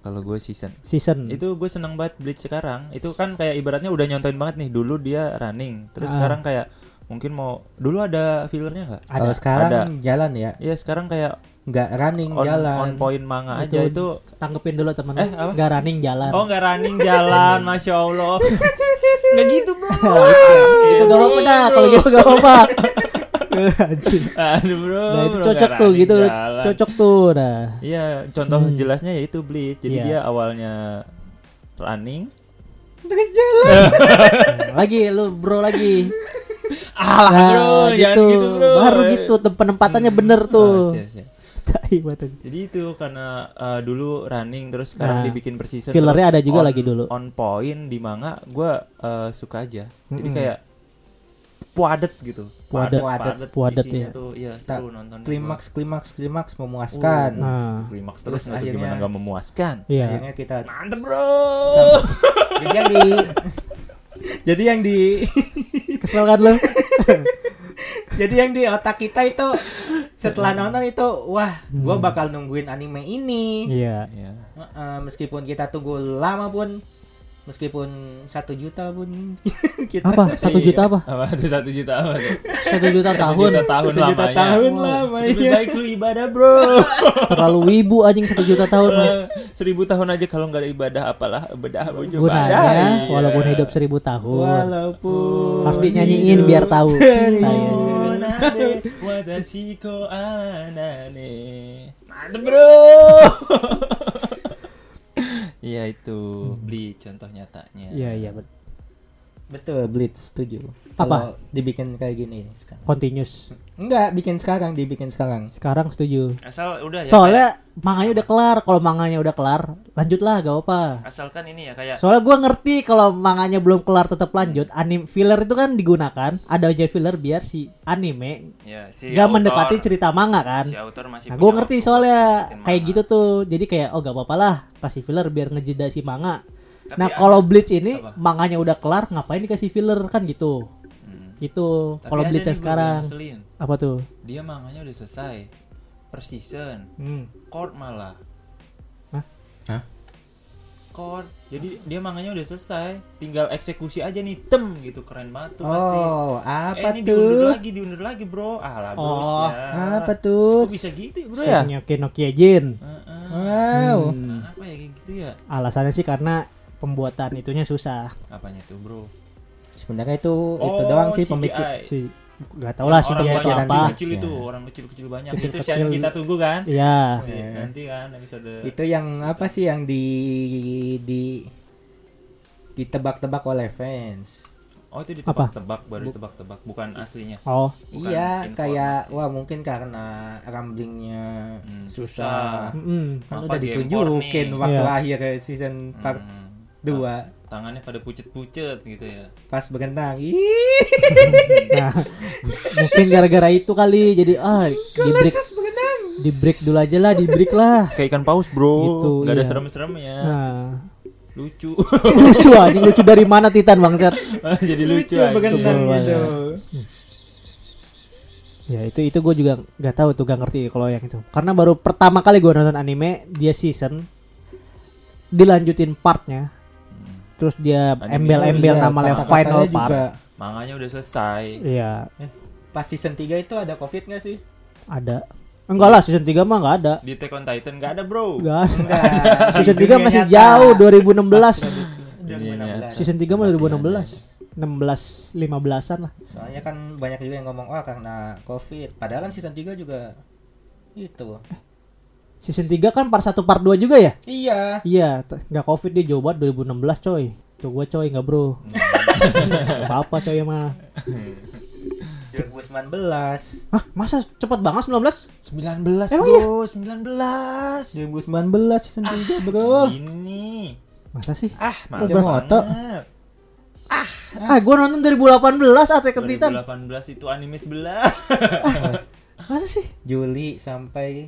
C: Kalau gue season.
B: Season.
C: Itu gue seneng banget Bleach sekarang. Itu kan kayak ibaratnya udah nyontoin banget nih. Dulu dia running,
B: Ah.
C: terus sekarang kayak mungkin mau dulu ada fillernya nggak?
E: Kalau sekarang
C: Ada.
E: jalan ya,
C: Iya sekarang kayak
E: nggak running
C: on,
E: jalan.
C: on point manga aja itu.
B: tanggepin dulu temen
C: Eh, apa?
B: Gak running jalan. [LAUGHS]
C: Oh nggak running jalan, masya Allah. Nggak gitu bro.
B: itu gak apa-apa dah. Kalau gitu gak
C: [LAUGHS]
B: apa-apa. Anjing.
C: Aduh bro.
B: Nah, itu
C: Oh, bro,
B: cocok
C: nggak
B: tuh
C: running
B: gitu.
C: jalan.
B: Cocok tuh.
C: [LAUGHS]
B: Nah.
C: Iya contoh jelasnya ya itu Bleach. Jadi
B: Iya.
C: dia awalnya running.
B: lagi lu bro lagi.
C: Alah
B: Nah,
C: bro, jangan gitu bro.
B: Baru gitu tem- penempatannya bener
C: Ah,
B: tuh.
C: siap, siap.
B: [LAUGHS] Tai banget.
C: Jadi itu karena eh, dulu running terus sekarang
B: Nah,
C: dibikin per season.
B: fillernya ada
C: terus
B: juga
C: on-
B: lagi dulu.
C: On point di manga gue eh, suka aja. Jadi kayak puadet gitu.
B: Puadet.
C: Puadet,
B: Puadet,
C: isinya
B: iya.
C: tuh iya
E: Ta-
C: seru nonton. gua.
E: Klimaks, klimaks, klimaks
C: Uh,
E: memuaskan.
B: Nah.
C: Klimaks terus,
E: Terus
C: nggak tuh
E: akhirnya-
C: gimana nggak memuaskan.
B: Iya.
E: Akhirnya kita.
C: Mantep bro.
E: jadi yang di. [LAUGHS] jadi yang di.
B: [LAUGHS]
E: [LAUGHS]
B: Kesel kan lu?
E: jadi yang di otak kita itu setelah nonton itu wah, gua bakal nungguin anime ini.
B: Hmm. Iya.
C: Iya.
E: Heeh, meskipun kita tunggu lama pun, meskipun satu juta pun [LAUGHS] kita.
B: Apa? Satu
C: Iya.
B: juta apa?
C: Apa tuh satu juta apa tuh?
B: Satu juta
C: Satu
B: tahun.
C: juta tahun
E: Satu juta
C: lamanya.
E: tahun
C: Wah,
E: lamanya.
C: Lebih baik lu ibadah bro.
B: Terlalu wibu anjing satu juta tahun. lu.
C: Eh, [LAUGHS] seribu tahun aja kalau nggak ada ibadah apalah bedah Iya. ujung
B: Gunanya walaupun hidup seribu tahun.
E: Walaupun
B: Harus dinyanyiin
E: hidup
B: biar
E: [LAUGHS]
B: tahu.
E: seribu.
B: Iya.
C: Mantep bro Iya itu Beli contoh nyatanya
B: Iya iya betul.
E: Betul, Blitz setuju.
B: Apa?
E: Kalau dibikin kayak gini sekarang.
B: Continuous.
E: Enggak, bikin sekarang, dibikin sekarang.
B: Sekarang setuju.
C: Asal udah ya
B: Soalnya manganya udah kelar. Kalau manganya udah kelar, lanjutlah gak apa.
C: kayak- Asalkan ini ya kayak
B: Soalnya gua ngerti kalau manganya belum kelar tetap lanjut. Anim filler itu kan digunakan. Ada aja filler biar si anime
C: ya, si
B: gak
C: autor-
B: mendekati cerita manga kan.
C: Si autor masih
B: Nah,
C: punya
B: gue ngerti
C: waktu
B: soalnya
C: bikin
B: kayak
C: manga.
B: gitu tuh. Jadi kayak oh gak apa-apa lah kasih filler biar ngejeda si manga. nah,
C: Tapi ada-
B: kalau Bleach ini
C: apa?
B: manganya udah kelar, ngapain dikasih filler kan gitu.
C: Hmm.
B: Gitu.
C: Tapi
B: Kalau
C: ada
B: Bleach
C: nih,
B: yang
C: Bro,
B: sekarang
C: yang ngeselin.
B: apa tuh?
C: Dia manganya udah selesai Per season
B: Hmm.
C: Court malah
B: Hah?
E: Hah?
C: Court Jadi dia manganya udah selesai Tinggal eksekusi aja nih Tem gitu Keren banget tuh pasti
E: Oh,
C: Eh,
E: apa
C: ini diundur
E: tuh?
C: lagi, diundur lagi, bro. Alah, bro,
B: Oh,
C: oh,
E: Apa tuh?
C: Kok bisa gitu ya, bro ya?
B: Shinyo no Kyojin. Hmm.
C: Heeh.
E: Wow.
C: Apa ya kayak gitu ya?
B: Alasannya sih karena pembuatan itunya susah.
C: Apanya tuh, bro? Oh,
E: Sebenarnya itu itu doang sih
C: CGI.
E: pemikir
B: Si nggak tahu lah sih
C: orang
B: dia itu
C: banyak
B: apa
C: kecil itu orang kecil kecil banyak itu
B: Kecil-kecil.
C: yang kita tunggu kan
B: ya
C: Di- nanti kan episode
D: Itu yang apa sih yang di di ditebak-tebak oleh fans.
C: oh itu ditebak-tebak baru ditebak-tebak bukan aslinya
B: oh
C: Bukan
D: iya,
C: informasi.
D: kayak wah mungkin karena ramblingnya
C: Hmm,
D: susah.
B: mm-mm.
D: Kan
C: Apa
D: udah
C: game
D: ditunjukin
C: warning?
D: waktu
B: Iya.
D: akhir season part
C: Hmm,
D: 2
C: tangannya pada pucet-pucet gitu ya
D: pas berenang. Ih,
B: nah mungkin gara-gara itu kali jadi ah di break
D: pas berenang.
B: di break dulu aja lah di break lah
C: kayak ikan paus bro
B: Gitu,
C: nggak ada
B: iya.
C: serem-seremnya
B: nah [LAUGHS]
C: lucu [LAUGHS]
B: lucu anjing lucu dari mana Titan bangsat
C: Malah jadi
D: Lucu
C: lucu, anjing.
E: kan?
D: berenang
B: Betul
D: gitu.
B: ya itu itu gue juga nggak tahu tuh gak ngerti kalau yang itu karena baru pertama kali gue nonton anime dia season dilanjutin partnya terus dia
C: Anime
B: embel-embel
D: Iya,
B: namanya
D: kata-katanya
B: final part
D: juga. Eh,
C: manganya udah selesai
B: iya
D: Pas season 3 itu ada covid gak sih?
B: ada enggak lah season 3 mah nggak ada
C: di Attack on Titan nggak ada bro
B: enggak ada
D: Enggak.
B: [LAUGHS] season
D: Dunia
B: 3 masih
D: nyata.
B: jauh 2016
D: Iya,
C: Dunia nyata.
B: season 3 mah
C: Masih
B: 2016 16 15-an lah
D: Soalnya kan banyak juga yang ngomong wah karena covid. Padahal kan season 3 juga itu.
B: season 3 kan part 1 part 2 juga ya
D: Iya.
B: Iya, t- nggak covid dia jauh banget 2016 coy. Tuh gua coy nggak [LAUGHS] bro. apa apa coy mah. Iya.
D: 2019.
B: Hah, masa cepet banget 19?
C: 19
B: Emang
C: bro 19
D: 2019 season 3,
E: "Oh."
D: Bro.
C: ini
B: Masa sih?
C: ah
E: Udah ngoto.
C: banget.
B: Ah, gua nonton 2018 Attack on Titan.
C: 2018 itu anime sebelah
D: [LAUGHS]
B: Masa sih?
D: Juli sampai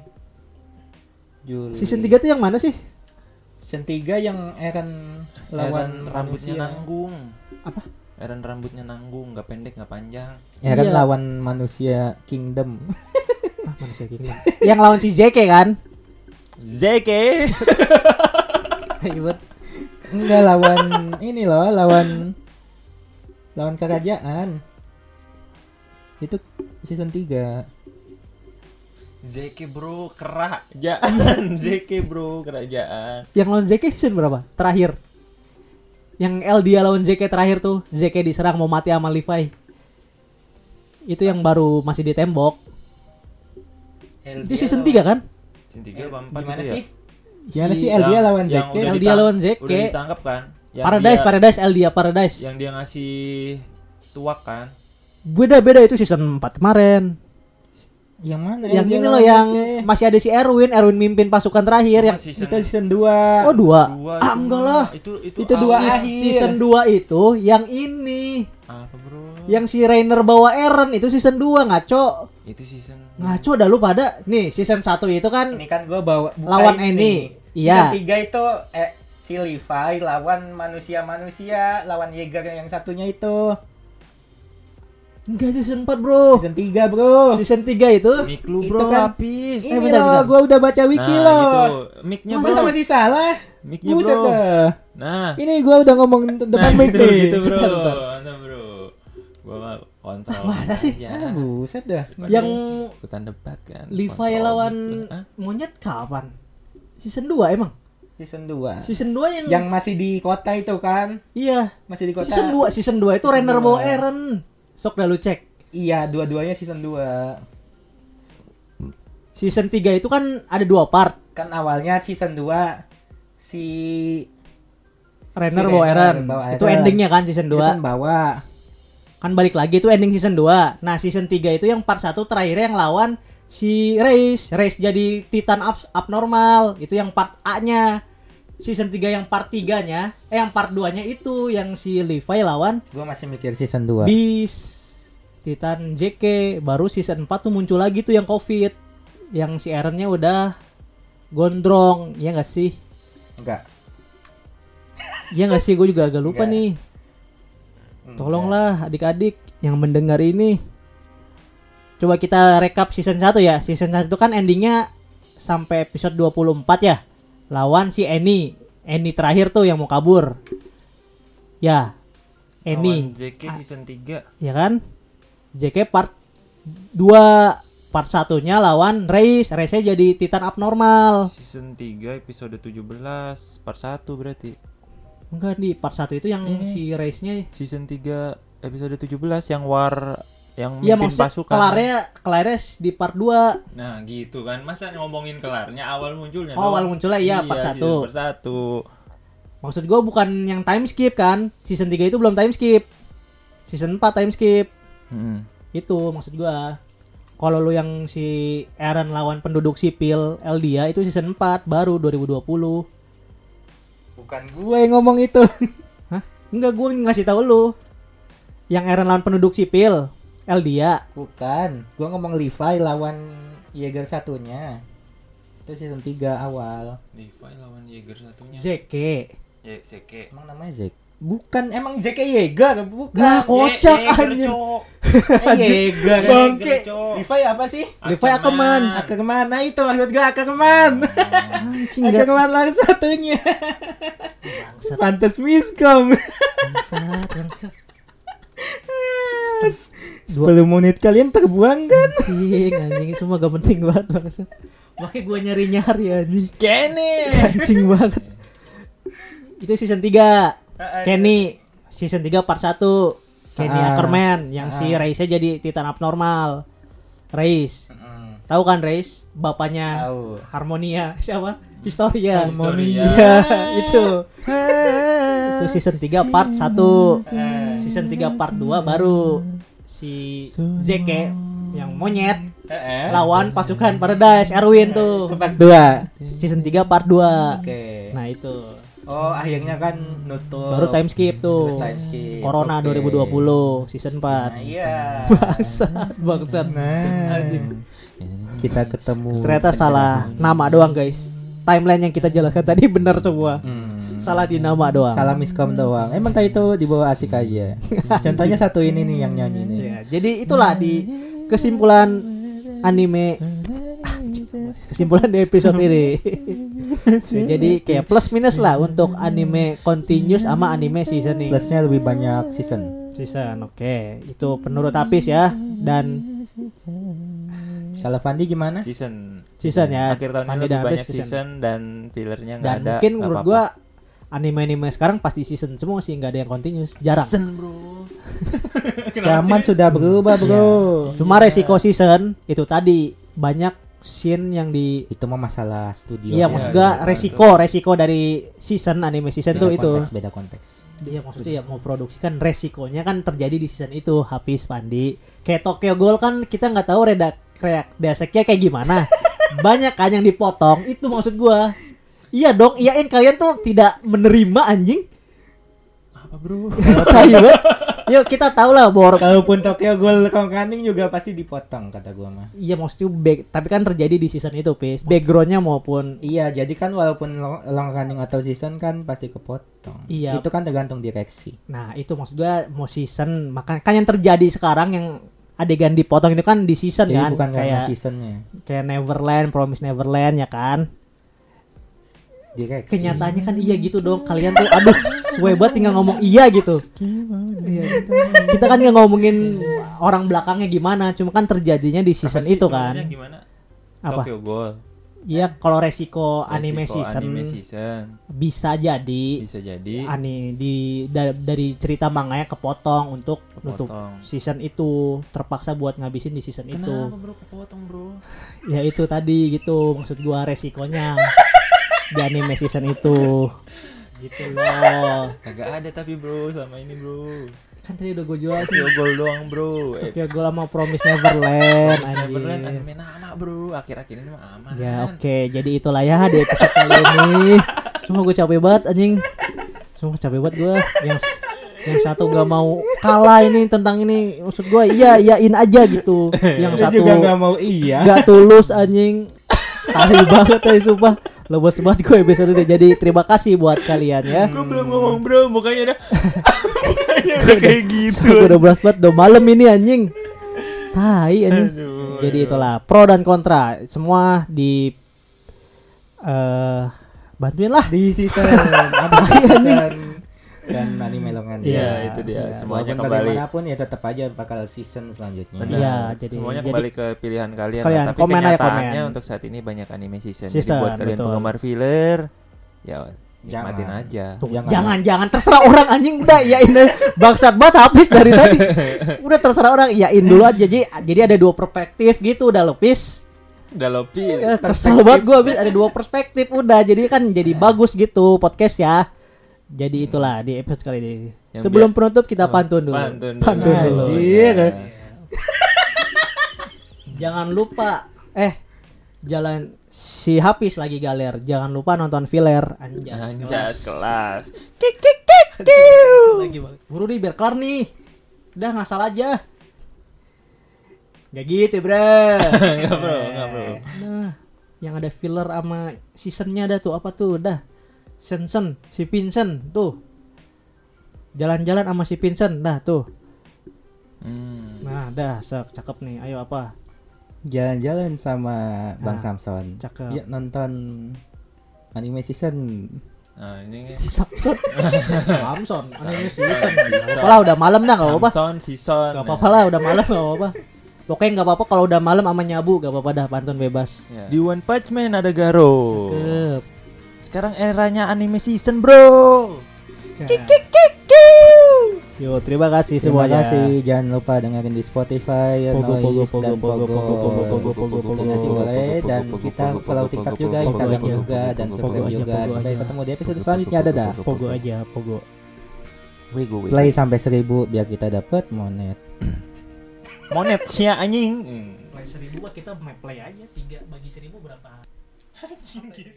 D: Juli.
B: Season 3 tuh yang mana sih?
D: Season 3 yang Eren lawan
C: Eren
D: manusia.
C: rambutnya nanggung
B: Apa?
C: Eren rambutnya nanggung nggak pendek nggak panjang
E: Eren
B: Iya.
E: lawan manusia kingdom.
B: Ah, manusia kingdom. yang lawan si JK kan?
C: Zeke
B: Ribet.
E: Enggak
D: [LAUGHS]
E: lawan ini loh, lawan lawan kerajaan. Itu season 3.
C: Zeke bro [LAUGHS] kerajaan Zeke bro kerajaan
B: yang lawan JK season berapa? Terakhir. Yang dia lawan JK terakhir tuh, JK diserang mau mati sama Levi. Itu yang baru masih di tembok.
D: LDL
B: Itu season 3 kan?
C: Sin tiga apa empat
D: Gimana
C: itu ya
D: sih?
E: Gimana
B: Si-
E: sih LDA
C: Yang-
E: lawan
C: yang
E: Zeke?
C: udah
B: LDA
C: ditang-
B: lawan Zeke.
C: udah ditangkap kan Yang
B: Paradise,
C: dia-
B: Paradise, LDA Paradise.
C: yang dia ngasih tuak kan
B: Beda-beda itu season 4 kemarin.
E: Yang mana?
B: yang
E: LDA
B: ini
E: lawan
B: loh yang
E: Zeke?
B: masih ada si Erwin, Erwin mimpin pasukan terakhir Iya, yang
C: Cuma season
E: itu season 2.
B: Oh, dua.
C: dua
B: ah,
C: itu
B: enggak
C: mah.
B: lah.
C: itu itu,
E: Itu dua
C: awal.
E: akhir.
B: Season 2 itu yang ini.
C: apa bro
B: Yang si Rainer bawa Eren itu season 2 ngaco.
C: itu season
B: Ngaco dah lu pada. Nih, season 1 itu kan
D: Ini kan gua bawa bukain
B: Lawan Eni.
D: nih.
B: Iya.
D: Season 3 itu eh si Levi lawan manusia-manusia, lawan Yeager yang satunya itu.
B: enggak season 4, Bro.
D: Season 3, Bro.
B: Season 3 itu
C: mic lu
D: Itu
C: bro
D: kan-
C: habis
B: Eh,
E: Ini
B: bentar,
E: loh,
B: bentar.
E: gua udah baca wiki
C: nah,
E: loh.
C: gitu. mic-nya bro
D: Masa masih salah?
B: iya,
C: mic-nya
E: Buset
C: bro
E: dah.
C: nah
E: Ini gua udah ngomong de-
C: nah
B: kan
E: depan mic
C: gitu,
E: nih.
C: gitu bro
E: Bentar, bentar.
C: Mantap, bro gua mah kontrol
B: masa sih?
E: Ah,
C: aja.
E: buset dah.
B: yang
C: ikutan debat kan
B: Levi
C: Kontrol
B: lawan
C: mic lu. Hah?
B: monyet kapan? Season 2 emang.
D: Season 2.
B: Season 2 Nah, yang,
D: Yang masih di kota itu kan?
B: iya.
D: Masih di kota.
B: Season 2, season 2 itu
D: Season dua.
B: Rainer bawa Eren. Sok dah lu cek.
D: Iya, dua-duanya season 2.
B: Season 3 itu kan ada dua part.
D: Kan awalnya season 2 si
B: Rainer
D: Si
B: bawa
D: Rainer
B: Eren.
D: bawa
B: Itu
D: Eren.
B: endingnya kan season 2.
D: dia kan
B: Kan,
D: bawa
B: balik lagi itu ending season 2. Nah, season 3 itu yang part 1 terakhirnya yang lawan si Reis. Reis jadi Titan abs- abnormal. Itu yang part A-nya. Season 3 yang part 3-nya, eh yang part 2-nya itu yang si Levi lawan
D: Gua masih mikir season 2.
B: Beast. Titan JK baru season 4 tuh muncul lagi tuh yang Covid. Yang si Eren-nya udah gondrong, ya nggak sih?
D: Enggak.
B: Iya nggak sih, gue juga agak lupa
D: Nggak.
B: nih.
C: Hmm,
B: Tolonglah adik-adik yang mendengar ini. Coba kita rekap season 1 ya. Season 1 itu kan endingnya sampai episode 24 ya. Lawan si Eni. Eni terakhir tuh yang mau kabur. Ya.
C: lawan
B: Eni. Ah.
C: Zeke season 3
B: Ya kan? JK part 2 part satunya lawan Reis. Reisnya jadi Titan abnormal.
C: season 3 episode 17 part 1 berarti
B: Enggak di part 1 itu yang si Reisnya
C: season 3 episode 17 yang war yang
B: Iya
C: mimpin
B: maksudnya
C: pasukan.
B: kelarnya kelarnya di part 2
C: Nah, gitu kan. Masa ngomongin kelarnya awal munculnya
B: Oh, awal
C: doang.
B: munculnya, iya, part
C: season
B: satu.
C: Part satu.
B: Maksud gua bukan yang time skip kan Season 3 itu belum time skip Season 4 time skip
C: Mm-mm.
B: Itu maksud gua Kalau lu yang si Aaron lawan penduduk sipil Eldia itu season 4 baru 2020
E: Bukan gue yang Eh, ngomong
B: [LAUGHS]
E: itu.
B: Enggak gua ngasih tahu lu Yang Aaron lawan penduduk sipil Eldia
E: Bukan. Gue ngomong Levi lawan Jaeger satunya. Itu season 3 awal.
C: Levi lawan Jaeger satunya.
B: Zeke
C: Ya, Seke.
E: Emang namanya Zack? Bukan, emang Zack Jaeger, bukan.
B: Lah kocak
C: Ye- Yeager,
B: anjir [LAUGHS]
C: Cok.
E: Eh, Jaeger.
C: Yeager,
B: Bangke.
C: Cok.
E: Levi apa sih? Nah,
B: Levi Ackerman.
D: Akar kemana itu maksud gua akar keman
E: Anjing
D: Akar
E: gak
D: keman lang satunya
B: Bangsat.
D: Pantes miskom
B: Bangsat, bangsat.
D: 10 menit kalian terbuang kan?
B: Anjing, anjing itu semua gak penting banget bangsat. Makanya gua nyari-nyari anjing.
D: Kenny
B: Anjing banget. itu season 3. Kenny season 3 part 1. Kenny
E: Ah.
B: Ackerman yang si Reisnya jadi Titan abnormal. Reis. Tahu kan Reis? Bapaknya
E: Tahu.
B: Harmonia siapa? Historia.
C: Historia.
B: Iya, [LAUGHS] itu. itu season 3 part
E: Eh.
B: 1. Season 3 part 2 baru si Zeke yang monyet lawan pasukan Paradise Erwin tuh.
E: Eh? Part 2.
B: Season 3 part 2.
E: Oke.
B: Nah, itu.
E: Oh, akhirnya kan nutup.
B: Baru time skip tuh.
E: Terus time skip.
B: Corona
E: Oke.
B: 2020 season 4.
E: Nah, iya.
B: [LAUGHS]
E: Nah.
B: Bangsat, bangsat.
E: Kita ketemu.
B: Ternyata
C: Hmm.
B: salah nama doang, guys. Timeline yang kita jelaskan tadi benar semua.
E: Hmm.
B: Salah di nama doang.
E: Salah miskom doang. Emang tadi itu dibawa asik
B: [LAUGHS]
E: aja. Contohnya satu ini nih yang nyanyi nih.
B: Ya, jadi itulah di kesimpulan anime Ah, kesimpulan di episode
C: [LAUGHS]
B: ini. Ya, jadi kayak plus minus lah untuk anime continuous sama anime seasoning.
C: ya.
E: Plusnya lebih banyak season.
B: season. Oke, itu menurut Apis ya dan
E: Kalau Fandi gimana?
C: Season.
B: season ya.
C: Akhir tahun ini
B: Fandi
C: lebih
B: dan Apis
C: banyak season. dan fillernya nggak
B: Dan
C: ada.
B: mungkin
C: nggak
B: menurut
C: apa-apa.
B: gua anime-anime sekarang pasti season semua sih nggak ada yang continuous jarang
C: Season,
B: [LAUGHS]
C: bro.
E: Zaman sudah berubah, Bro.
C: Iya.
B: cuma resiko season itu tadi banyak scene yang di
E: Itu mah masalah studio.
B: Iya,
E: ya.
B: maksud
C: iya,
B: gua
C: iya,
B: resiko resiko dari season anime season
E: Beda
B: tuh itu.
E: konteks, beda konteks.
B: Iya, maksudnya ya mau produksi kan resikonya kan terjadi di season itu habis Pandi. Kayak Tokyo Ghoul kan kita nggak tahu redak reak deseknya kayak gimana. Banyak kan yang dipotong, itu maksud gua. Iya dong, iyain kalian tuh tidak menerima anjing.
C: Apa,
B: [LAUGHS]
C: bro?
B: Tai banget. Yuk kita tahu lah Bor.
E: Kalaupun Tokyo Ghoul Kong Kaning juga pasti dipotong kata gua mah.
B: Iya maksudnya back- tapi kan terjadi di season itu, Pis. Backgroundnya maupun
E: Iya, jadi kan walaupun long, long running atau season kan pasti kepotong.
B: Iya.
E: Itu kan tergantung direksi.
B: Nah itu maksud gua mau season maka kan yang terjadi sekarang yang adegan dipotong itu kan di season
E: Jadi
B: kan
E: Iya, bukan karena
B: kayak
E: seasonnya,
B: kayak Neverland, Promise Neverland ya kan.
E: direksi.
B: Kenyataannya kan iya gitu dong kalian tuh aduh suwe banget tinggal ngomong iya gitu. Iya, gitu. Kita kan nggak ngomongin orang belakangnya gimana, cuma kan terjadinya di season
C: Apa sih
B: itu
C: sebenarnya
B: kan.
C: Gimana?
B: Apa?
C: Tokyo Ghoul.
B: Iya kalau resiko, anime
C: Resiko
B: season
C: Anime season.
B: bisa jadi
C: Bisa jadi.
B: ani di da- dari cerita manganya kepotong untuk nutup
C: Kepotong.
B: season itu terpaksa buat ngabisin di season itu
C: Kenapa bro kepotong bro?
B: ya itu tadi gitu maksud gua resikonya di anime season itu gitu loh
C: Kagak ada tapi bro selama ini bro.
B: kan tadi udah gua jual sih
C: Tokyo Ghoul doang bro. Eh,
B: Tokyo Ghoul sama Promise Neverland
C: Miss Neverland
B: anjing
C: anime nama bro. Akhir-akhir ini mah aman.
B: Iya. ya oke jadi itulah ya di episode kali ini semua gua capek banget anjing semua capek banget gua yang yang satu nggak mau kalah ini tentang ini maksud gua iya iyain aja gitu yang
E: Iya. Dia
B: satu
E: juga nggak mau iya.
B: Gak tulus anjing Tahu banget ya sumpah Lemes banget gue episode ini Jadi terima kasih buat kalian ya
C: Gue belum ngomong bro,
B: [LAUGHS]
C: mukanya udah mukanya udah kayak gitu.
B: Gue udah belas banget Udah malam ini anjing Tai anjing Jadi itulah Pro dan kontra Semua di eh Bantuin lah
E: Di
B: [LAUGHS]
E: season, ada season dan anime long running.
C: Iya, itu dia. Semuanya
E: Walaupun
C: kembali.
E: Bagaimanapun ya tetap aja bakal season selanjutnya.
C: Benar.
B: Iya, jadi-
C: semuanya
B: jadi-
C: kembali ke pilihan kalian.
B: Kalian,
C: tapi
B: komen aja,
C: kenyataannya
B: komen.
C: untuk saat ini banyak anime season. Jadi
B: Season,
C: buat kalian
B: betul.
C: penggemar filler, ya nikmatin
E: Jangan.
C: aja
B: Tuh,
E: Jangan.
B: jangan, jangan terserah orang anjing udah iyain deh. bangsat banget habis dari tadi. Udah terserah orang iyain dulu aja. Jadi jadi ada dua perspektif gitu udah lepis.
C: udah lopis
B: Eh, Kesel banget gua habis ada dua perspektif udah. Jadi kan jadi bagus gitu podcast ya. Jadi itulah di episode kali ini.
C: Hmm. Yang
B: Sebelum
C: dia-
B: penutup kita pantun dulu.
C: pantun dulu,
B: Pantun dulu. Iya, kan?
D: Anjir.
C: Ya.
B: Jangan lupa eh jalan si Hafiz lagi galer. Jangan lupa nonton filler anjas.
C: anjas kelas
B: Kik kik kik kiu. Buru nih biar kelar nih. Udah ngasal aja. Gak gitu [LAUGHS] bre.
C: enggak bro enggak bro
B: Nah, yang ada filler sama seasonnya ada tuh apa tuh udah. Sensen, si Vincent tuh. Jalan-jalan sama si Vincent dah tuh.
C: Hmm.
B: Nah, dah sok cakep nih. Ayo apa?
E: Jalan-jalan sama Bang
B: Nah,
E: Samson.
B: cakep.
E: Yuk nonton anime season.
C: Nah, ini
B: [LAUGHS] Samson. Samson. Aneh season.
C: Samson.
B: Apalah udah malam dah enggak apa-apa.
C: Samson, Sison.
B: Gak apa-apa lah udah malam gak apa-apa Pokoknya gak apa-apa kalau udah malam sama nyabu gak apa-apa dah pantun bebas
C: Ya. Di One Punch Man ada Garo.
B: Cakep
C: Sekarang eranya anime season, bro.
B: Yo terima kasih
E: Terima
B: Iya, semuanya
E: kasih. Jangan lupa dengerin di Spotify,
B: Pogo, pogo,
E: Noise,
B: pogo,
E: dan
B: pogo,
E: Pogo.
B: pogo, pogo, pogo, pogo, pogo.
E: Terima kasih boleh. Dan kita follow TikTok juga,
B: pogo,
E: Instagram
B: pogo,
E: juga, dan
B: pogo,
E: subscribe
B: pogo,
E: juga.
B: pogo,
E: Sampai
B: pogo.
E: ketemu di episode selanjutnya. Dadah.
B: Pogo aja pogo
C: Wego, wego.
E: Play sampai 1000 biar kita dapat monet.
C: Monet sia anjing.
B: Play seribu kita play aja Tiga bagi seribu berapa? Anjing gitu